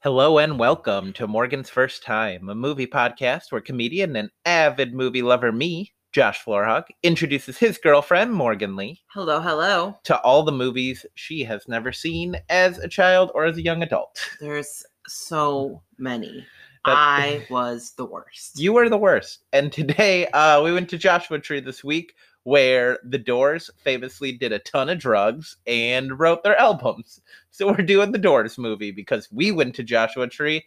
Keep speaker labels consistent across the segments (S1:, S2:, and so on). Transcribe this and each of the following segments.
S1: Hello and welcome to Morgan's First Time, a movie podcast where comedian and avid movie lover me, Josh Florhog, introduces his girlfriend, Morgan Lee,
S2: Hello, hello.
S1: to all the movies she has never seen as a child or as a young adult.
S2: There's so many.
S1: That-
S2: I was the worst.
S1: You were the worst. And today uh, we went to Joshua Tree this week where the Doors famously did a ton of drugs and wrote their albums. So we're doing the Doors movie because we went to Joshua Tree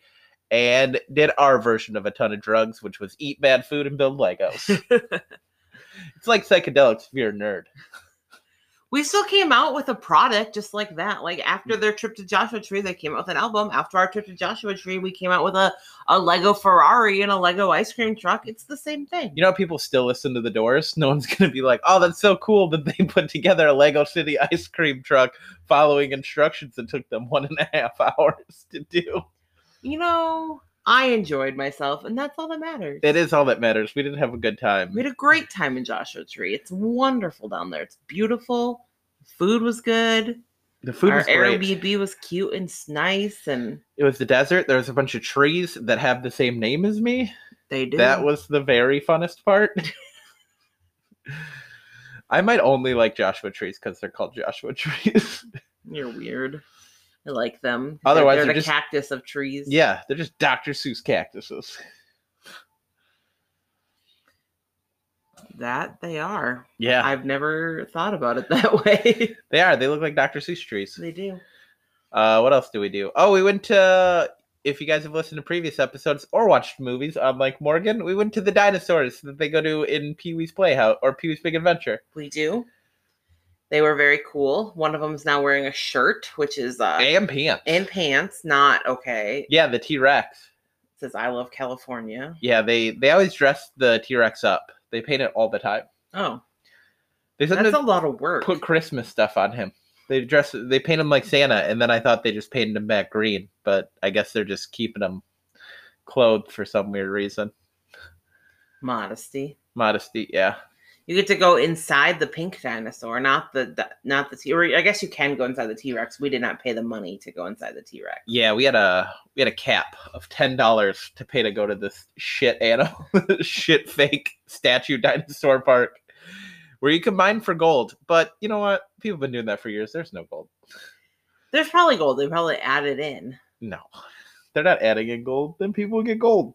S1: and did our version of a ton of drugs, which was eat bad food and build Legos. it's like psychedelics if you're a nerd.
S2: we still came out with a product just like that. Like after
S1: Mm.
S2: their trip to Joshua Tree, they came out with an album. After our trip to Joshua Tree, we came out with a, a Lego Ferrari and a Lego ice cream truck. It's the same thing.
S1: You know, how people still listen to the Doors. No one's going to be like, oh, that's so cool that they put together a Lego City ice cream truck following instructions that took them one and a half hours to do.
S2: You know, I enjoyed myself, and that's all that matters.
S1: It is all that matters. We didn't have a good time.
S2: We had a great time in Joshua Tree. It's wonderful down there. It's beautiful. Food was good.
S1: The food
S2: Our
S1: was great.
S2: Airbnb was cute and s- nice, and
S1: It was the desert. There was a bunch of trees that have the same name as me.
S2: they do.
S1: That was the very funnest part. I might only like Joshua trees because they're called Joshua trees.
S2: You're weird. I like them. They're-
S1: Otherwise,
S2: they're,
S1: they're
S2: the
S1: just-
S2: cactus of trees.
S1: yeah, they're just Dr. Seuss cactuses.
S2: that they are.
S1: Yeah,
S2: I've never thought about it that way.
S1: they are. They look like Dr. Seuss trees.
S2: they do.
S1: Uh, what else do we do? Oh, we went to. If you guys have listened to previous episodes or watched movies, I'm like Morgan. We went to the dinosaurs that they go to in Pee Wee's Playhouse or Pee Wee's Big Adventure.
S2: We do. They were very cool. One of them is now wearing a shirt, which is uh,
S1: and pants.
S2: and pants. Not okay.
S1: yeah, the T Rex.
S2: It says I love California.
S1: Yeah, they they always dress the T Rex up. They paint it all the time.
S2: Oh,
S1: They
S2: that's
S1: sometimes
S2: a lot of work.
S1: put Christmas stuff on him. They dress they paint him like Santa, and then I thought they just painted him back green, but I guess they're just keeping him clothed for some weird reason.
S2: Modesty.
S1: Modesty, yeah.
S2: You get to go inside the pink dinosaur, not the, the not the T. Or I guess you can go inside the T Rex. We did not pay the money to go inside the T Rex.
S1: Yeah, we had a we had a cap of ten dollars to pay to go to this shit animal, shit fake statue dinosaur park, where you can mine for gold. But you know what? People have been doing that for years. There's no gold.
S2: There's probably gold. They probably added in.
S1: No. They're not adding in gold, then people get gold.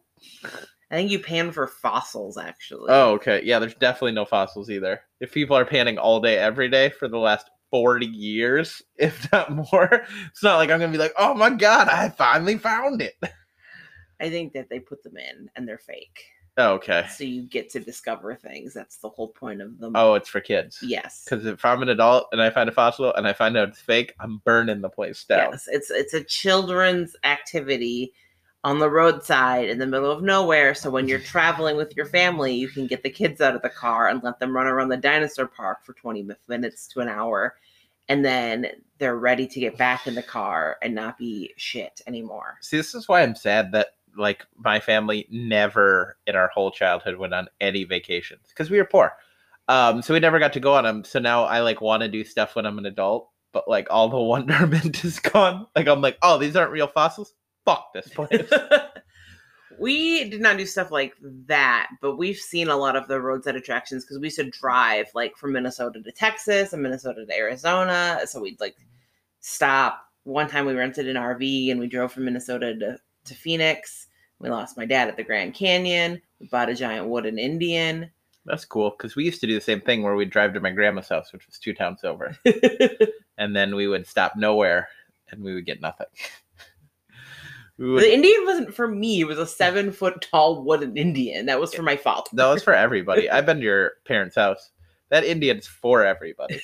S2: I think you pan for fossils actually.
S1: Oh, okay. Yeah, there's definitely no fossils either. If people are panning all day, every day for the last 40 years, if not more, it's not like I'm going to be like, oh my God, I finally found it.
S2: I think that they put them in and they're fake.
S1: Oh, Okay.
S2: So you get to discover things. That's the whole point of them.
S1: Eh. Oh, it's for kids.
S2: yes.
S1: Because if I'm an adult and I find a fossil and I find out it's fake, I'm burning the place down.
S2: Yes. It's it's a children's activity on the roadside in the middle of nowhere. So when you're traveling with your family, you can get the kids out of the car and let them run around the dinosaur park for 20 mi- minutes to an hour. And then they're ready to get back in the car and not be shit anymore.
S1: See, this is why I'm sad that like my family never in our whole childhood went on any vacations because we were poor. Um, so we never got to go on them. So now I like want to do stuff when I'm an adult, but like all the wonderment is gone. Like I'm like, oh, these aren't real fossils. Fuck this place.
S2: we did not do stuff like that, but we've seen a lot of the roadside attractions because we used to drive like from Minnesota to Texas and Minnesota to Arizona. So we'd like stop. One time we rented an RV and we drove from Minnesota to, to Phoenix. We lost my dad at the Grand Canyon. We bought a giant wooden Indian.
S1: That's cool because we used to do the same thing where we'd drive to my grandma's house, which was two towns over,
S2: the
S1: and then we would stop nowhere and we would get nothing. we would,
S2: Indian wasn't for me, it was a seven foot tall wooden Indian. That was for my father.
S1: that was for everybody. I've been to your parents' house. That Indian's for everybody.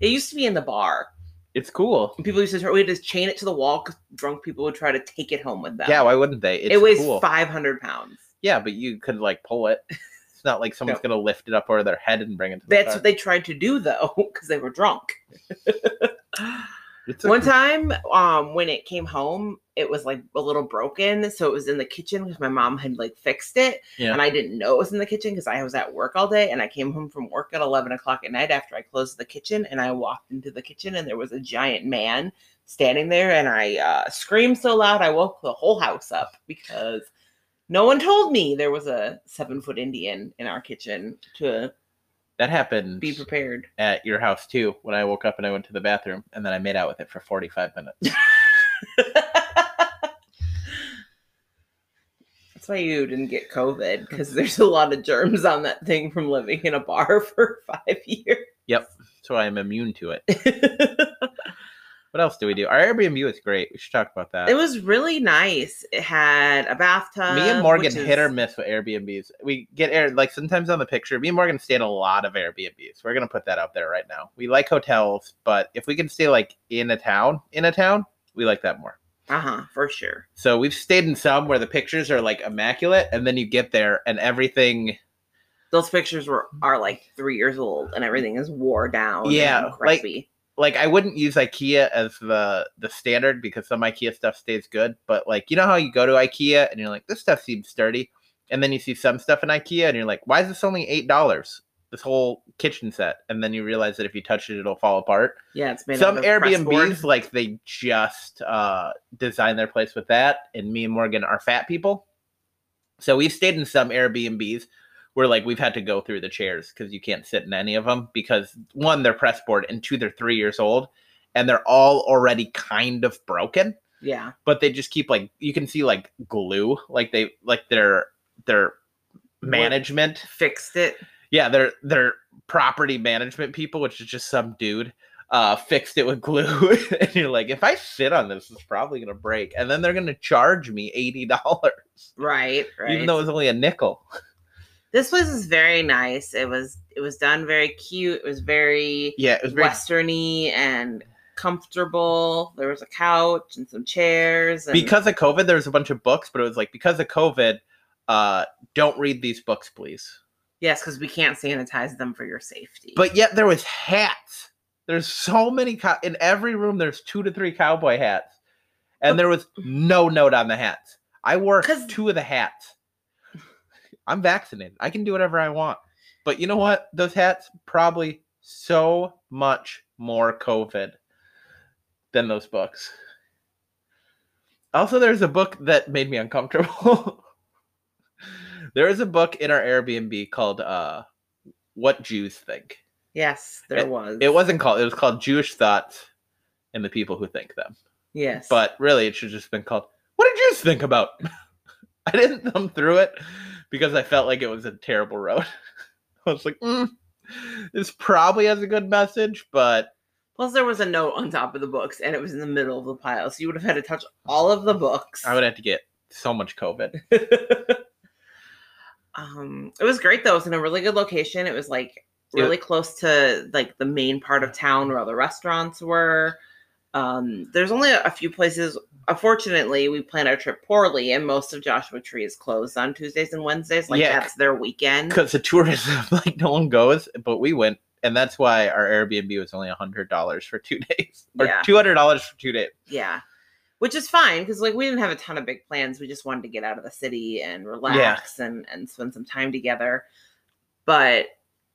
S2: It used to be in the bar.
S1: It's cool.
S2: And people used to try, we had to chain it to the wall because drunk people would try to take it home with them.
S1: Yeah, why wouldn't they? It's
S2: it weighs
S1: cool.
S2: 500 pounds.
S1: Yeah, but you could like pull it. It's not like someone's gonna lift it up over their head and bring it to the
S2: That's
S1: car.
S2: what they tried to do though because they were drunk.
S1: It's
S2: One time, um, when it came home, it was like a little broken, so it was in the kitchen because my mom had like fixed it,
S1: Yeah.
S2: and I didn't know it was in the kitchen because I was at work all day, and I came home from work at eleven o'clock at night after I closed the kitchen, and I walked into the kitchen, and there was a giant man standing there, and I uh, screamed so loud I woke the whole house up because no one told me there was a seven foot Indian in our kitchen to
S1: that happened
S2: be prepared.
S1: at your house too when I woke up and I went to the bathroom and then I made out with it for 45 minutes.
S2: That's why you didn't get COVID because there's a lot of germs on that thing from living in a bar for five years.
S1: so I am immune to it. What else do we do? Our Airbnb was great. We should talk about that.
S2: it was really nice. It had a bathtub.
S1: me and Morgan
S2: Um, which
S1: hit or
S2: is-
S1: miss with Airbnbs. We get air like sometimes on the picture. Me and Morgan stay in a lot of Airbnbs. We're gonna put that out there right now. We like hotels, but if we can stay like in a town, in a town, we like that more.
S2: Uh huh, for sure.
S1: So we've stayed in some where the pictures are like immaculate, and then you get there and everything.
S2: Those pictures were are like three years old and everything is wore down.
S1: Yeah,
S2: and
S1: like-
S2: crappy.
S1: Like I wouldn't use IKEA as the the standard because some IKEA stuff stays good, but like you know how you go to IKEA and you're like this stuff seems sturdy, and then you see some stuff in IKEA and you're like why is this only eight dollars? This whole kitchen set, and then you realize that if you touch it, it'll fall apart.
S2: yeah, it's made
S1: some
S2: out of pressboard.
S1: Airbnbs like they just uh design their place with that. And me and Morgan are fat people. So we've stayed in some Airbnbs where like we've had to go through the chairs because you can't sit in any of them because one, they're pressboard and two, they're three years old and they're all already kind of broken
S2: Yeah,
S1: but they just keep like you can see like glue like they like their their management
S2: fixed it.
S1: yeah, their their property management people, which is just some dude, uh, fixed it with glue. and you're like, if I sit on this, it's probably gonna break, and then they're gonna charge me eighty dollars,
S2: Right, right.
S1: even though it's only a nickel.
S2: this place is very nice. It was it was done very cute. It was very
S1: Yeah, it was very
S2: westerny and comfortable. There was a couch and some chairs. And
S1: because of COVID. There was a bunch of books, but it was like because of COVID, uh, don't read these books, please.
S2: yes, because we can't sanitize them for your safety.
S1: But yet there was hats. There's so many cow- in every room. There's two to three cowboy hats, and there was no note on the hats. I wore
S2: 'Cause-
S1: two of the hats. I'm vaccinated. I can do whatever I want. But you know what? Those hats probably so much more COVID than those books. Also, there's a book that made me uncomfortable. there is a book in our Airbnb called uh, "What Jews Think."
S2: yes, there was.
S1: It wasn't called. It was called Jewish thoughts and the people who think them.
S2: yes,
S1: But really, it should have just been called "What did Jews think about?" I didn't thumb through it because I felt like it was a terrible road. I was like, mm, "This probably has a good message, but
S2: plus there was a note on top of the books, and it was in the middle of the pile, so you would have had to touch all of the books.
S1: I would have to get so much COVID."
S2: um, it was great though. It was in a really good location. It was like
S1: Yeah.
S2: really close to like the main part of town where all the restaurants were. Um, there's only a, a few places. Unfortunately, we planned our trip poorly, and most of Joshua Tree is closed on Tuesdays and Wednesdays. Like
S1: Yeah.
S2: that's their weekend.
S1: Because the tourism, like no one goes, but we went, and that's why our Airbnb was only hundred dollars for two days, or
S2: Yeah.
S1: two hundred dollars for two days.
S2: Yeah. Which is fine because like we didn't have a ton of big plans. We just wanted to get out of the city and relax and and spend some time together. But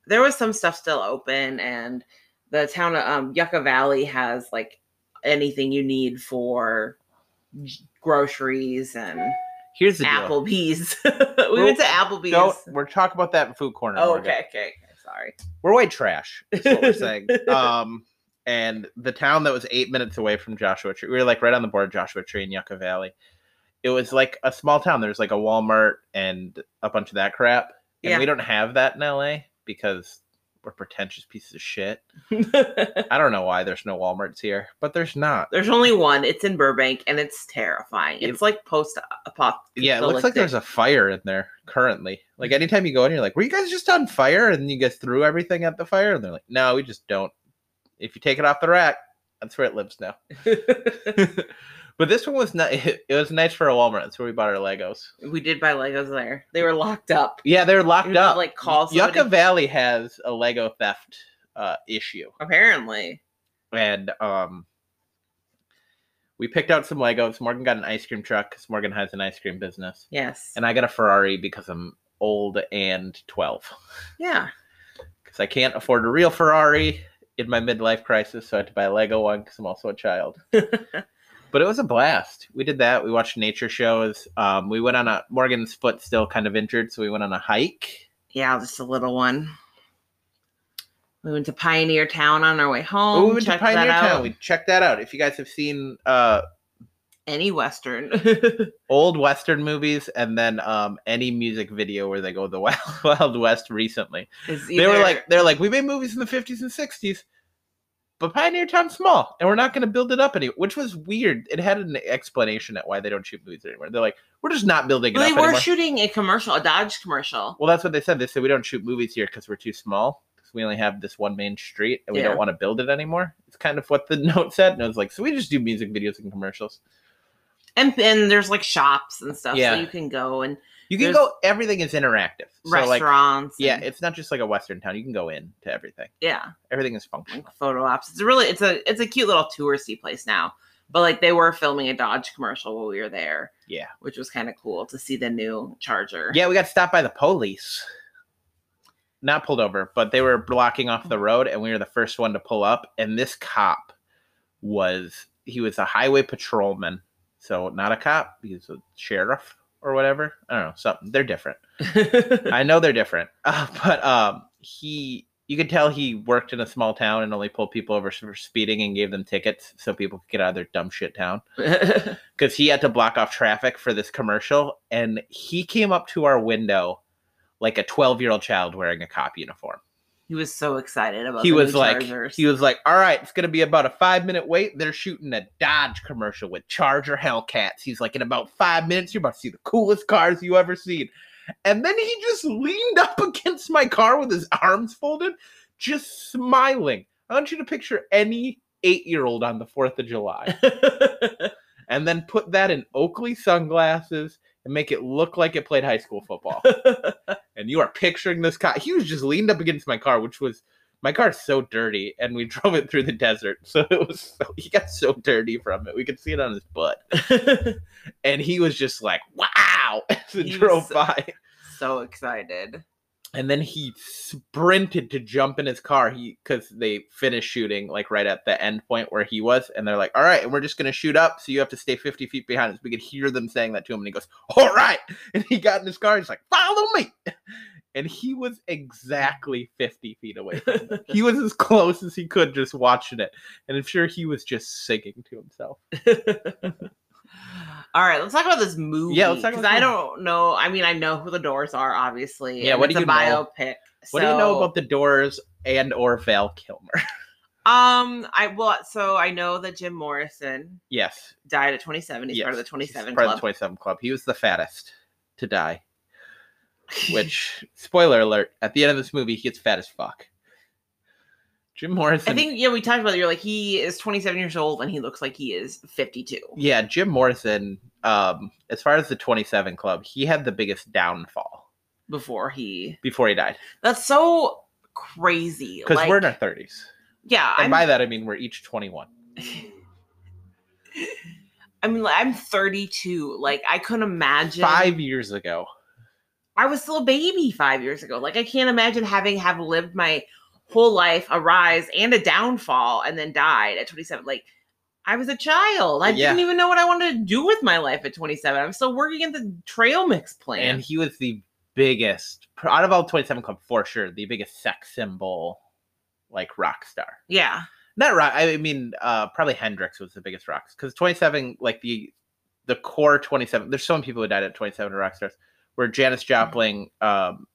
S2: there was some stuff still open and the town of um, Yucca Valley has like anything you need for g- groceries and
S1: Here's the deal.
S2: Applebee's. we went to Applebee's.
S1: Don't we're talking about that in food corner.
S2: oh,
S1: Morgan.
S2: okay, okay, okay. Sorry.
S1: we're white trash. Is what we're saying. um, and the town that was eight minutes away from Joshua Tree, we were like right on the border of Joshua Tree in Yucca Valley. It was like a small town. There's like a Walmart and a bunch of that crap, and
S2: Yeah.
S1: we don't have that in LA because we're pretentious pieces of shit. I don't know why there's no WalMarts here, but there's not.
S2: There's only one. It's in Burbank and it's terrifying.
S1: It-
S2: It's like post apocalyptic.
S1: Yeah, it looks like there's a fire in there currently. Like anytime you go in, you're like, "Were you guys just on fire?" And you guys threw everything at the fire, and they're like, "No, we just don't." If you take it off the rack, that's where it lives now. but this one was not. It was nice for a Walmart. That's where we bought our Legos.
S2: We did buy Legos there. They were locked up.
S1: Yeah, they're locked
S2: You have
S1: up.
S2: to, like, call
S1: Yucca
S2: somebody.
S1: Valley has a Lego theft uh, issue,
S2: Apparently,
S1: and um, We picked out some Legos. Morgan got an ice cream truck because Morgan has an ice cream business.
S2: Yes.
S1: And I got a Ferrari because I'm old and 12.
S2: yeah.
S1: Because I can't afford a real Ferrari in my midlife crisis. So I had to buy a Lego one because I'm also a child. but it was a blast. We did that. We watched nature shows. Um, we went on a, Morgan's foot still kind of injured. So we went on a hike.
S2: Yeah, just a little one. We went to Pioneer Town on our way home.
S1: Oh, we went to
S2: Check that
S1: Pioneer Town.
S2: out.
S1: We checked that out. If you guys have seen uh,
S2: Any Western.
S1: old Western movies and then um, any music video where they go the Wild, Wild West recently,
S2: is
S1: they were
S2: either-
S1: like, they're like, we made movies in the 50s and 60s, but Pioneer Town's small, and we're not going to build it up anymore, which was weird. It had an explanation at why they don't shoot movies anymore. They're like, we're just not building it
S2: Well, they
S1: up
S2: were
S1: anymore.
S2: shooting a commercial, a Dodge commercial.
S1: well, that's what they said. They said we don't shoot movies here because we're too small. 'cause We only have this one main street, and we
S2: Yeah.
S1: don't want to build it anymore. It's kind of what the note said, and I was like, "So we just do music videos and commercials."
S2: And and there's like shops and stuff,
S1: Yeah.
S2: so you can go and
S1: You can
S2: There's-
S1: go. Everything is interactive. So like,
S2: restaurants.
S1: Yeah,
S2: and-
S1: it's not just like a Western town. You can go in to everything.
S2: yeah.
S1: Everything is functional.
S2: like photo ops. It's a really it's a it's a cute little touristy place now. But like they were filming a Dodge commercial while we were there,
S1: Yeah.
S2: which was kind of cool to see the new Charger.
S1: Yeah, we got stopped by the police. Not pulled over, but they were blocking off the road, and we were the first one to pull up. And this cop was he was a highway patrolman, so not a cop. He's a sheriff or whatever. I don't know something. They're different. I know they're different, uh, but um, he you could tell he worked in a small town and only pulled people over for speeding and gave them tickets so people could get out of their dumb shit town. because he had to block off traffic for this commercial and he came up to our window like a 12 year old child wearing a cop uniform
S2: he was so excited about
S1: he
S2: the
S1: was
S2: new
S1: like
S2: Chargers.
S1: he was like all right it's gonna be about a five minute wait they're shooting a dodge commercial with charger hellcats he's like in about five minutes you're about to see the coolest cars you ever seen and then he just leaned up against my car with his arms folded just smiling i want you to picture any eight year old on the fourth of july and then put that in Oakley sunglasses and make it look like it played high school football. and you are picturing this cop. He was just leaned up against my car, which was my car's so dirty, and we drove it through the desert, so it was so, he got so dirty from it. We could see it on his butt, and he was just like, "Wow!" as it
S2: He was
S1: drove
S2: so-
S1: by.
S2: so excited.
S1: And then he sprinted to jump in his car. He because they finished shooting like right at the end point where he was, and they're like, "All right, and we're just gonna shoot up, so you have to stay fifty feet behind us." We could hear them saying that to him, and he goes, "All right." And he got in his car. He's like, "Follow me," and he was exactly fifty feet away. From them. he was as close as he could, just watching it, and I'm sure he was just singing to himself.
S2: All right, let's talk about this movie.
S1: Yeah, let's talk
S2: because
S1: about
S2: I
S1: this
S2: don't know. I mean, I know who the Doors are, obviously.
S1: Yeah,
S2: and
S1: what
S2: it's
S1: do
S2: a
S1: you know?
S2: biopic?
S1: What do you know
S2: so-
S1: about the Doors and or Val Kilmer?
S2: Um, I well, so I know that Jim Morrison
S1: yes,
S2: died at 27. He's part of the
S1: Yes,
S2: 27
S1: he's part
S2: club.
S1: of the 27 club. He was the fattest to die. Which, spoiler alert, at the end of this movie, he gets fat as fuck. Jim Morrison.
S2: I think yeah, we talked about it. You're like he is 27 years old and he looks like he is 52.
S1: yeah, Jim Morrison. Um, as far as the 27 club, he had the biggest downfall
S2: Before he,
S1: before he died
S2: that's so crazy.
S1: because we're in our
S2: like-
S1: 30s,
S2: yeah.
S1: and
S2: I'm,
S1: by that I mean we're each 21.
S2: I mean, like, I'm 32. Like I couldn't imagine.
S1: Five years ago,
S2: I was still a baby five years ago. Like I can't imagine having have lived my whole life a rise and a downfall and then died at 27. Like I was a child. I
S1: Yeah.
S2: didn't even know what I wanted to do with my life at 27. I'm still working at the trail mix
S1: and
S2: plant.
S1: he was the biggest out of all 27 club for sure, the biggest sex symbol, like rock star.
S2: yeah.
S1: not rock. I mean, uh, probably Hendrix was the biggest rocks because 27, like the the core 27. There's so many people who died at 27 are rock stars. Were Janis Joplin, um,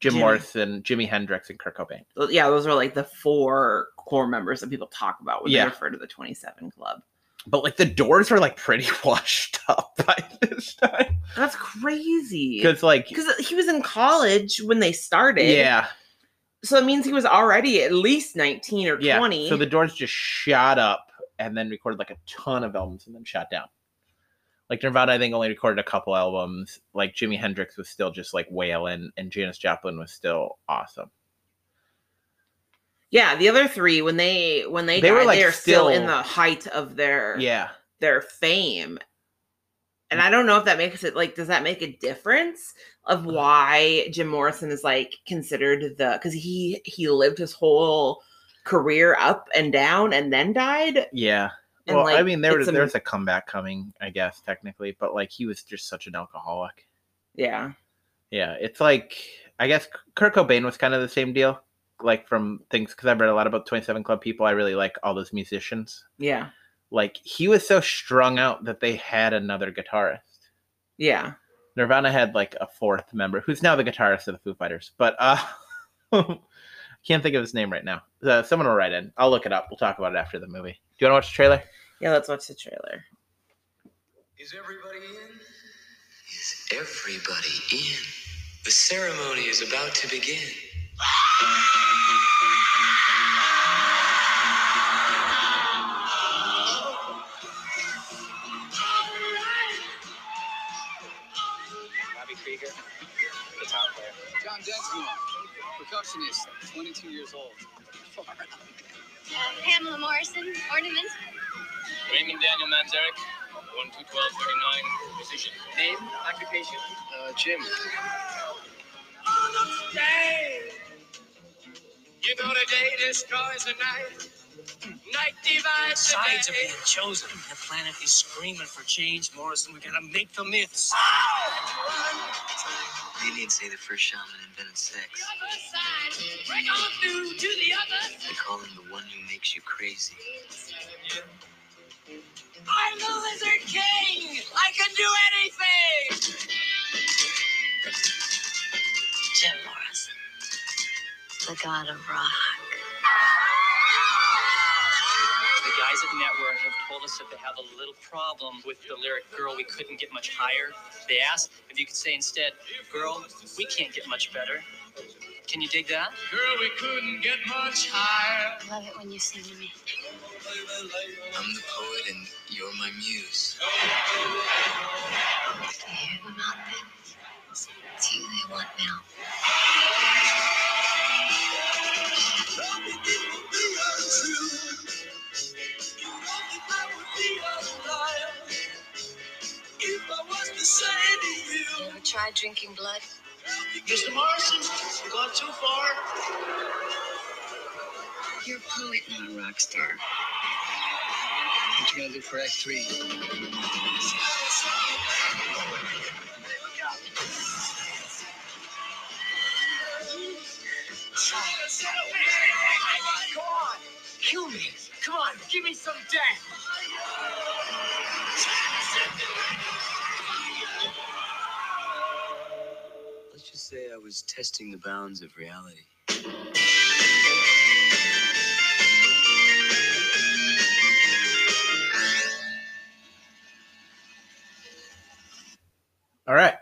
S1: Jim
S2: Jimmy.
S1: Morrison, Jimmy Hendrix, and Kurt Cobain.
S2: Th- Yeah, those are like the four core members that people talk about when
S1: Yeah.
S2: they refer to the 27 club.
S1: But like the Doors were like pretty washed up by this time
S2: That's crazy.
S1: because like
S2: Because he was in college when they started.
S1: yeah
S2: So it means he was already at least 19 or
S1: yeah.
S2: 20.
S1: So the Doors just shot up and then recorded like a ton of albums and then shot down. Like Nirvana, I think only recorded a couple albums. Like Jimi Hendrix was still just like wailing, and Janis Joplin was still awesome.
S2: Yeah, the other three when they when they
S1: They
S2: died,
S1: were, like,
S2: they are still, in
S1: still-
S2: the height of their
S1: Yeah. Mm.
S2: their fame. And I don't know if that makes it like, does that make a difference of
S1: Mm.
S2: why Jim Morrison is like considered the because he he lived his whole career up and down and then died.
S1: Yeah.
S2: And
S1: well, I
S2: like,
S1: mean, there was
S2: it's a-
S1: there's a comeback coming, I guess technically, but like he was just such an alcoholic.
S2: Yeah.
S1: Yeah, it's like I guess Kurt Cobain was kind of the same deal, like from things because I've read a lot about Twenty Seven Club people. I really like all those musicians.
S2: Yeah.
S1: Like he was so strung out that they had another guitarist.
S2: Yeah.
S1: Nirvana had like a fourth member who's now the guitarist of the Foo Fighters, but uh, can't think of his name right now. Uh, someone will write in. I'll look it up. We'll talk about it after the movie. Do you want to watch the trailer?
S2: Yeah, let's watch the trailer.
S3: Is everybody in?
S4: Is everybody in? The ceremony is about to begin.
S5: Bobby Krieger, guitar player.
S6: John Densmore, percussionist, 22 years old.
S7: Um, Pamela Morrison, ornament.
S5: Raymond Daniel Manzarek, 1239, musician. Name, occupation? Uh, Jim.
S8: You know the day destroys the night. Night divides the
S5: Sides are
S8: day.
S5: being chosen. The planet is screaming for change, Morrison. We gotta make the myths.
S4: The Indians say the first shaman invented sex.
S7: Other side.
S8: Break on through to the other.
S4: They call him the one who makes you crazy.
S8: I'm the Lizard King. I can do anything.
S7: Jim Morrison, the god of rock.
S5: The guys at Network have told us that they have a little problem with the lyric "Girl, we couldn't get much higher." They asked if you could say instead, "Girl, we can't get much better." Can you dig that?
S8: Girl, we couldn't get much higher.
S7: I love it when you sing to me.
S4: I'm the poet and you're my muse.
S7: Do you hear the mouth pits? Do they want milk?
S8: If I was to say to you.
S7: Ever tried drinking blood?
S8: Mr. Morrison, you've gone too far.
S7: You're a poet, not a rock star.
S6: What you gonna do for Act Three?
S8: Come on, kill me. Come on, give me some death.
S4: Let's just say I was testing the bounds of reality.
S1: All right.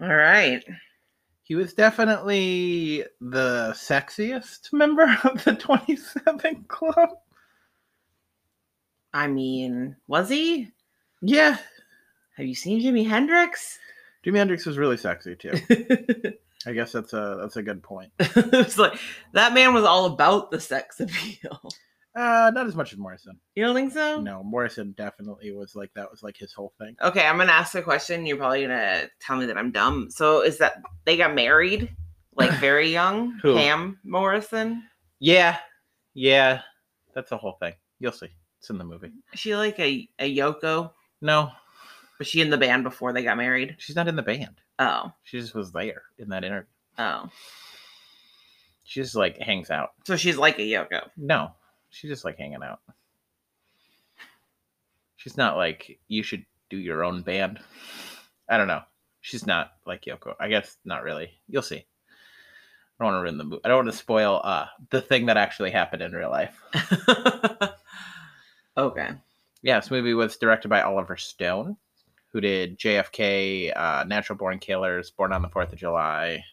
S2: All right.
S1: he was definitely the sexiest member of the 27 club
S2: I mean, was he?
S1: yeah
S2: Have you seen Jimi Hendrix?
S1: jimi hendrix was really sexy too i guess that's a that's a good point
S2: it's like that man was all about the sex appeal.
S1: uh not as much as morrison
S2: You don't think so?
S1: no morrison definitely was like that was like his whole thing
S2: Okay, I'm gonna ask a question. You're probably gonna tell me that I'm dumb. So is that they got married like very young?
S1: Who?
S2: Pam Morrison.
S1: yeah yeah that's the whole thing you'll see it's in the movie
S2: Is she like a, a Yoko?
S1: no
S2: Was she in the band before they got married?
S1: she's not in the band
S2: Oh,
S1: she just was there in that interview
S2: oh.
S1: she just like hangs out
S2: So she's like a Yoko.
S1: No, she's just like hanging out. She's not like you should do your own band. I don't know. She's not like Yoko. I guess not really. You'll see. I don't want to ruin the movie. I don't want to spoil uh the thing that actually happened in real life.
S2: okay.
S1: Yeah, this movie was directed by Oliver Stone, who did JFK, uh, Natural Born Killers, Born on the Fourth of July,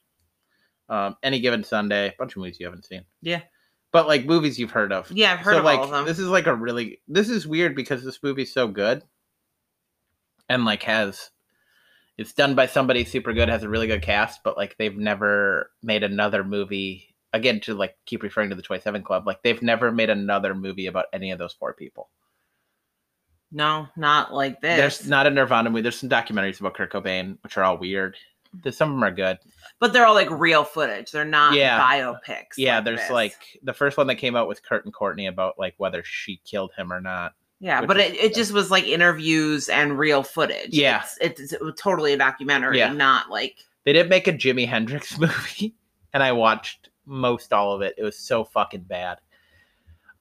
S1: um, Any Given Sunday, a bunch of movies you haven't seen.
S2: Yeah.
S1: but like movies you've heard of
S2: Yeah, I've heard
S1: so
S2: of
S1: like
S2: all of them.
S1: this is like a really this is weird because this movie's so good and like has it's done by somebody super good has a really good cast but like they've never made another movie again to like keep referring to the 27 club like they've never made another movie about any of those four people
S2: No, not like this.
S1: There's not a Nirvana movie. There's some documentaries about Kurt Cobain, which are all weird. There's, some of them are good.
S2: but they're all like real footage. They're not
S1: Yeah.
S2: biopics.
S1: Yeah, there's
S2: this.
S1: like the first one that came out with Kurt and Courtney about like whether she killed him or not.
S2: yeah,
S1: which
S2: but
S1: is-
S2: it, it just was like interviews and real footage.
S1: Yeah.
S2: it's, it's, totally a documentary,
S1: Yeah.
S2: not like
S1: They did make a Jimi Hendrix movie, and I watched most all of it. It was so fucking bad.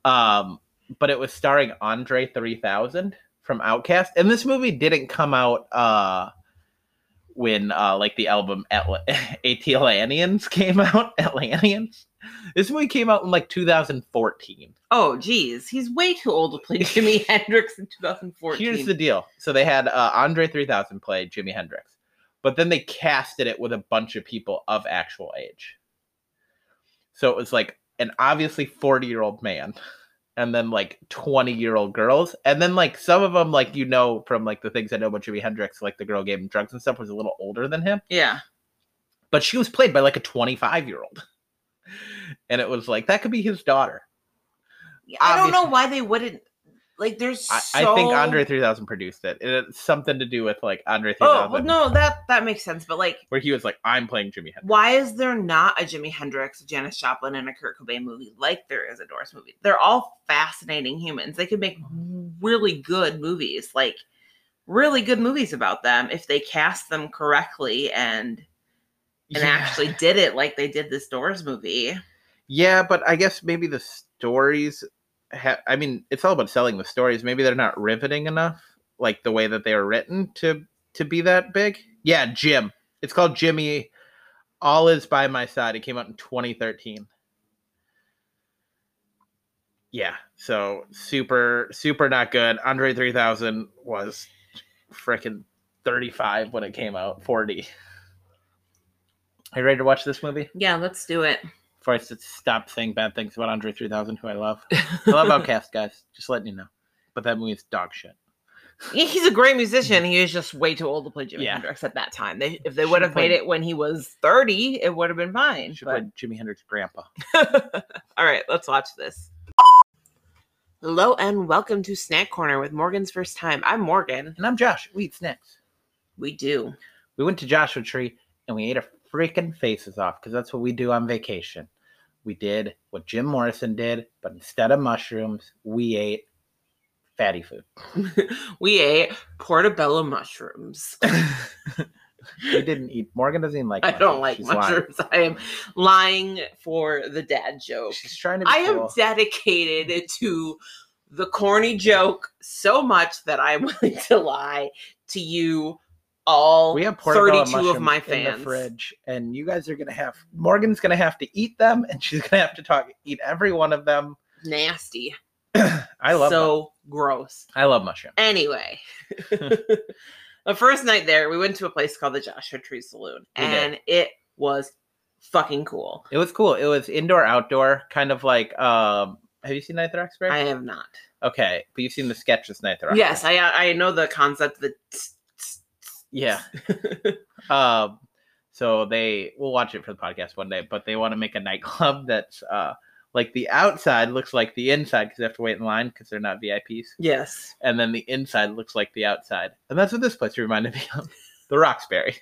S1: Um, but it was starring Andre 3000 from Outcast, and this movie didn't come out uh when uh like the album Atl- Atlanteans came out. Atlanteans. This movie came out in like 2014.
S2: oh geez, he's way too old to play Jimi Hendrix in 2014.
S1: Here's the deal. So they had uh, Andre 3000 play Jimi Hendrix, but then they casted it with a bunch of people of actual age. So it was like an obviously 40 year old man and then like 20 year old girls. And then like some of them, like you know, from like the things I know about Jimi Hendrix, like the girl gave him drugs and stuff, was a little older than him,
S2: yeah,
S1: but she was played by like a 25 year old. And it was like, that could be his daughter.
S2: I don't
S1: obvious-
S2: know why they wouldn't. Like, there's
S1: I,
S2: so...
S1: I think Andre 3000 produced it. It had something to do with like Andre 3000.
S2: Oh well, no, that that makes sense. But like,
S1: where he was like, "I'm playing Jimmy Hendrix."
S2: why is there not a Jimi Hendrix, a Janis Joplin, and a Kurt Cobain movie like there is a Doors movie? They're all fascinating humans. They could make really good movies, like really good movies about them if they cast them correctly and and actually did it like they did this Doors movie.
S1: yeah, but I guess maybe the stories. Ha- I mean, it's all about selling the stories. Maybe they're not riveting enough, like the way that they are written to to be that big. Yeah, Jim. It's called Jimmy. All is by my side. It came out in 2013. Yeah, so super, super not good. Andre 3000 was freaking 35 when it came out, 40. Are you ready to watch this movie?
S2: Yeah, let's do it.
S1: before I s- stop saying bad things about Andre 3000, who I love. I love Outcast, guys. Just letting you know. But that movie's dog shit.
S2: Yeah, he's a great musician. He is just way too old to play Jimi
S1: Yeah.
S2: Hendrix at that time. They, if they
S1: Should've
S2: would have made
S1: played-
S2: it when he was 30, it would have been fine.
S1: Should
S2: but-
S1: play Jimi Hendrix Grandpa.
S2: All right, let's watch this. Hello and welcome to Snack Corner with Morgan's First Time. I'm Morgan.
S1: And I'm Josh. We eat snacks.
S2: We do.
S1: We went to Joshua Tree and we ate our freaking faces off because that's what we do on vacation. We did what Jim Morrison did, but instead of mushrooms, we ate fatty food.
S2: we ate portobello mushrooms.
S1: We didn't eat. Morgan doesn't even like.
S2: I don't
S1: mushrooms.
S2: like
S1: She's lying.
S2: mushrooms. I am lying for the dad joke.
S1: She's trying to. Be
S2: I am
S1: cool.
S2: dedicated to the corny joke so much that I'm willing to lie to you all
S1: We have portobello
S2: 32
S1: mushrooms
S2: of my
S1: in the
S2: fans.
S1: fridge, and you guys are gonna have Morgan's gonna have to eat them, and she's gonna have to talk eat every one of them.
S2: Nasty.
S1: I love mu-
S2: so gross.
S1: I love mushrooms.
S2: Anyway, the first night there, we went to a place called the Joshua Tree Saloon,
S1: We did.
S2: and it was fucking cool.
S1: It was cool. It was indoor outdoor, kind of like um. Have you seen Night at the Roxbury?
S2: I have not.
S1: okay, but you've seen the sketch of Night at the Roxbury.
S2: Yes, I I know the concept. The tss, tss, tss.
S1: Yeah. um, so they we'll watch it for the podcast one day, but they want to make a nightclub that's uh like the outside looks like the inside because they have to wait in line because they're not VIPs.
S2: yes,
S1: and then the inside looks like the outside. And that's what this place reminded me of. The Roxbury.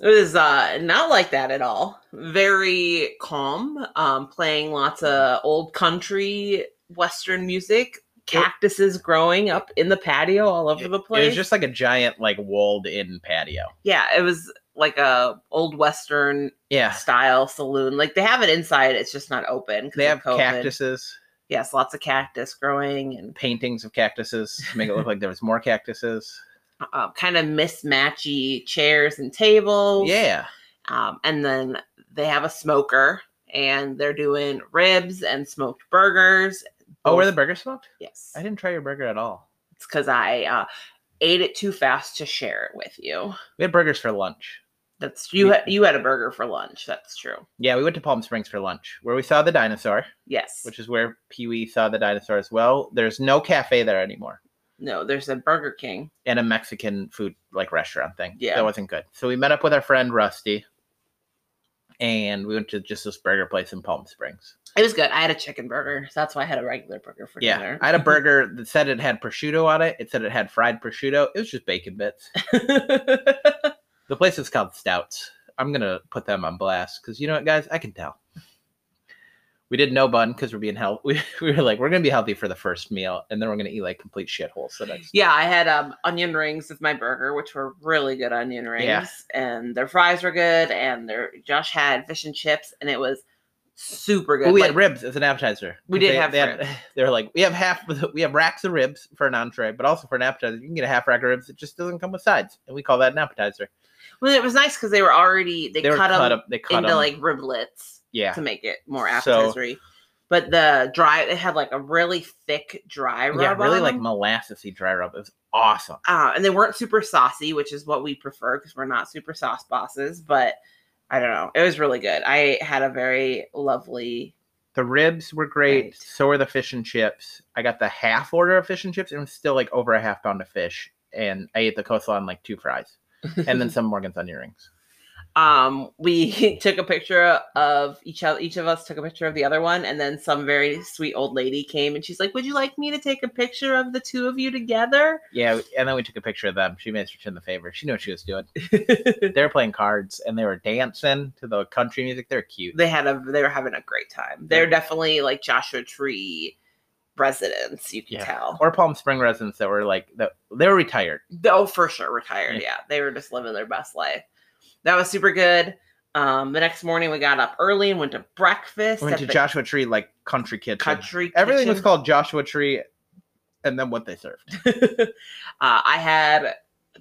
S2: it was uh, not like that at all. Very calm, um, playing lots of old country western music. Cactuses growing up in the patio all over the place.
S1: It was just like a giant, like walled in patio.
S2: yeah, it was like a old western
S1: Yeah.
S2: style saloon. Like they have it inside, it's just not open. 'cause
S1: They have
S2: of COVID.
S1: cactuses,
S2: Yes, lots of cactus growing and
S1: paintings of cactuses to make it look like there was more cactuses.
S2: uh, kind of mismatchy chairs and tables.
S1: Yeah.
S2: Um, and then they have a smoker and they're doing ribs and smoked burgers.
S1: Oh, where the
S2: Both-
S1: burger smoked?
S2: Yes.
S1: I didn't try your burger at all.
S2: It's because I uh, ate it too fast to share it with you.
S1: We had burgers for lunch.
S2: That's you. had you had a burger for lunch. That's true.
S1: Yeah, we went to Palm Springs for lunch, where we saw the dinosaur,
S2: Yes.
S1: which is where Pee Wee saw the dinosaur as well. There's no cafe there anymore.
S2: no, there's a Burger King.
S1: and a Mexican food like restaurant thing.
S2: Yeah.
S1: That wasn't good. So we met up with our friend Rusty and we went to just this burger place in Palm Springs.
S2: It was good. I had a chicken burger. So that's why I had a regular burger for
S1: Yeah,
S2: dinner.
S1: I had a burger that said it had prosciutto on it. It said it had fried prosciutto. It was just bacon bits. The place is called Stouts. I'm gonna put them on blast because you know what, guys, I can tell. We did no bun because we're being healthy. We, we were like, we're gonna be healthy for the first meal, and then we're gonna eat like complete shitholes the next.
S2: yeah, I had um, onion rings with my burger, which were really good onion rings.
S1: Yeah.
S2: And their fries were good. And their Josh had fish and chips, and it was super good.
S1: Well, we had
S2: Like,
S1: ribs as an appetizer.
S2: We
S1: 'cause
S2: did have
S1: had- They were like, we have half. Of the, we have racks of ribs for an entree, but also for an appetizer, you can get a half rack of ribs. It just doesn't come with sides, and we call that an appetizer.
S2: well, it was nice because they were already, they,
S1: They, were
S2: cut,
S1: cut
S2: them
S1: up. They cut
S2: into
S1: them
S2: like riblets.
S1: yeah.
S2: to make it more
S1: So-
S2: appetizery. but the dry, it had like a really thick dry rub.
S1: Yeah, really
S2: on
S1: like
S2: them.
S1: molassesy dry rub. It was awesome.
S2: uh, and they weren't super saucy, which is what we prefer because we're not super sauce bosses. But I don't know, it was really good. I had a very lovely.
S1: The ribs were great.
S2: Right.
S1: So were the fish and chips. I got the half order of fish and chips, and it was still like over a half pound of fish. And I ate the coleslaw and like two fries, and then some Morgan's onion rings.
S2: Um, we took a picture of each other. Each of us took a picture of the other one, and then some very sweet old lady came and she's like, "Would you like me to take a picture of the two of you together?"
S1: Yeah, and then we took a picture of them. She made us return the favor. She knew what she was doing. they were playing cards and they were dancing to the country music. They're cute.
S2: They had a. They were having a great time. They're definitely like Joshua Tree residents. You can
S1: Yeah.
S2: tell.
S1: Or Palm Spring residents that were like that. They were retired.
S2: oh for sure retired
S1: Yeah.
S2: yeah. they were just living their best life that was super good um the next morning we got up early and went to breakfast
S1: Went
S2: at
S1: to
S2: the
S1: Joshua Tree like country kitchen.
S2: country
S1: Everything was
S2: kitchen.
S1: called Joshua Tree, and then what they served.
S2: uh, i had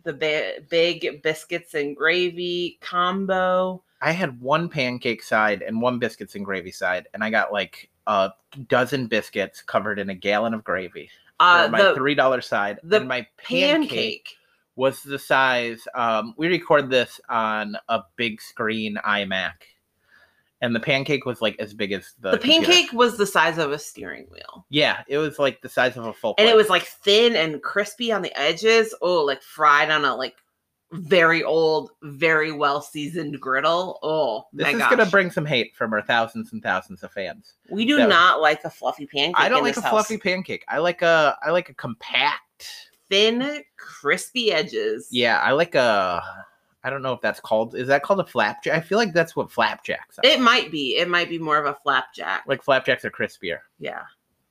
S2: the ba- big biscuits and gravy combo
S1: I had one pancake side and one biscuits and gravy side, and I got like a dozen biscuits covered in a gallon of gravy
S2: uh
S1: for my
S2: the
S1: three dollar side.
S2: the
S1: and my pancake,
S2: pancake,
S1: was the size. Um, we record this on a big screen iMac, and the pancake was like as big as the
S2: the
S1: computer.
S2: pancake was the size of a steering wheel
S1: Yeah, it was like the size of a full.
S2: and it
S1: plate.
S2: was like thin and crispy on the edges oh like fried on a like very old very well seasoned griddle oh
S1: This
S2: my
S1: is
S2: gosh.
S1: gonna bring some hate from our thousands and thousands of fans.
S2: We do
S1: That-
S2: not like a fluffy pancake.
S1: I don't
S2: in
S1: like a
S2: this house.
S1: fluffy pancake. I like a I like a compact
S2: thin, crispy edges.
S1: Yeah, I like a. I don't know if that's called. Is that called a flapjack? I feel like that's what flapjacks. Are.
S2: it might be. It might be more of a flapjack.
S1: like flapjacks are crispier.
S2: yeah,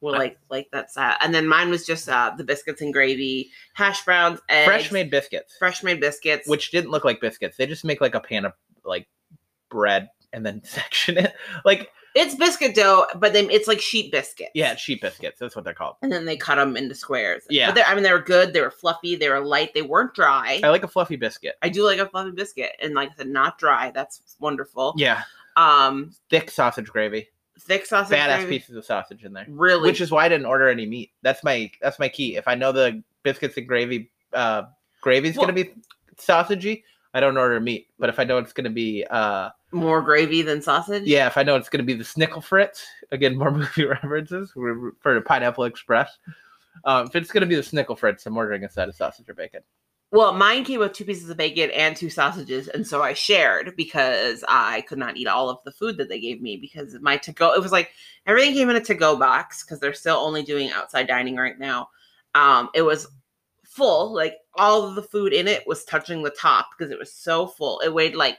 S2: well,
S1: I-
S2: like like that's that. And then mine was just uh, the biscuits and gravy, hash browns, eggs,
S1: Fresh made biscuits,
S2: fresh made biscuits.
S1: which didn't look like biscuits. They just make like a pan of like bread and then section it. Like
S2: it's biscuit dough, but then it's like sheet biscuits.
S1: yeah, sheep biscuits. That's what they're called.
S2: And then they cut them into squares.
S1: Yeah. Oh.
S2: But they- I mean, they were good. They were fluffy. They were light. They weren't dry.
S1: I like a fluffy biscuit.
S2: I do like a fluffy biscuit, and like I said, not dry. That's wonderful.
S1: Yeah,
S2: Um,
S1: thick sausage gravy.
S2: thick sausage.
S1: Badass
S2: gravy,
S1: pieces of sausage in there,
S2: Really
S1: which is why I didn't order any meat. That's my that's my key. If I know the biscuits and gravy uh, gravy's
S2: Well-
S1: gonna be sausagey, I don't order meat. But if I know it's gonna be uh,
S2: more gravy than sausage.
S1: Yeah, if I know it's going to be the Snickle Fritz, again, more movie references we're- for Pineapple Express. Um, if it's going to be the Snickle Fritz, I'm ordering a side of sausage or bacon.
S2: Well, mine came with two pieces of bacon and two sausages, and so I shared because I could not eat all of the food that they gave me because my to go it was like everything came in a to go box because they're still only doing outside dining right now. Um, it was full, like all of the food in it was touching the top because it was so full. It weighed like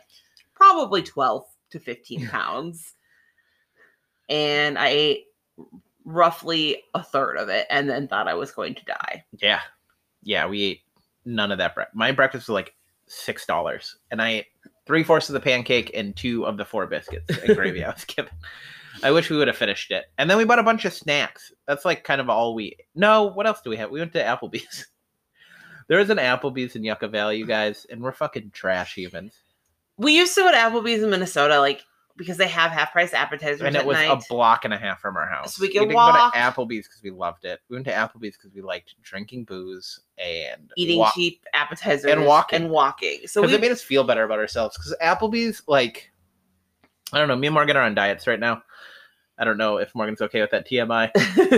S2: probably twelve to fifteen pounds, and I ate roughly a third of it, and then thought I was going to die.
S1: Yeah. Yeah, we ate none of that breakfast. My breakfast was like $6, and I ate three fourths of the pancake and two of the four biscuits and gravy I was given. I wish we would have finished it. And then we bought a bunch of snacks. That's like kind of all we. No, what else do we have? We went to Applebee's. There is an Applebee's in Yucca Valley, you guys, and we're fucking trash humans.
S2: we used to at Applebee's in Minnesota, like because they have half price appetizers
S1: and
S2: at
S1: it was
S2: night.
S1: a block and a half from our house.
S2: So we could
S1: didn't
S2: walk.
S1: go to Applebee's because we loved it. We went to Applebee's because we liked drinking booze and
S2: eating
S1: walk-
S2: cheap appetizers
S1: and walking.
S2: and walking. So
S1: 'cause
S2: we
S1: it made us feel better about ourselves. Because Applebee's, like, I don't know. Me and Morgan are on diets right now, I don't know if Morgan's okay with that TMI.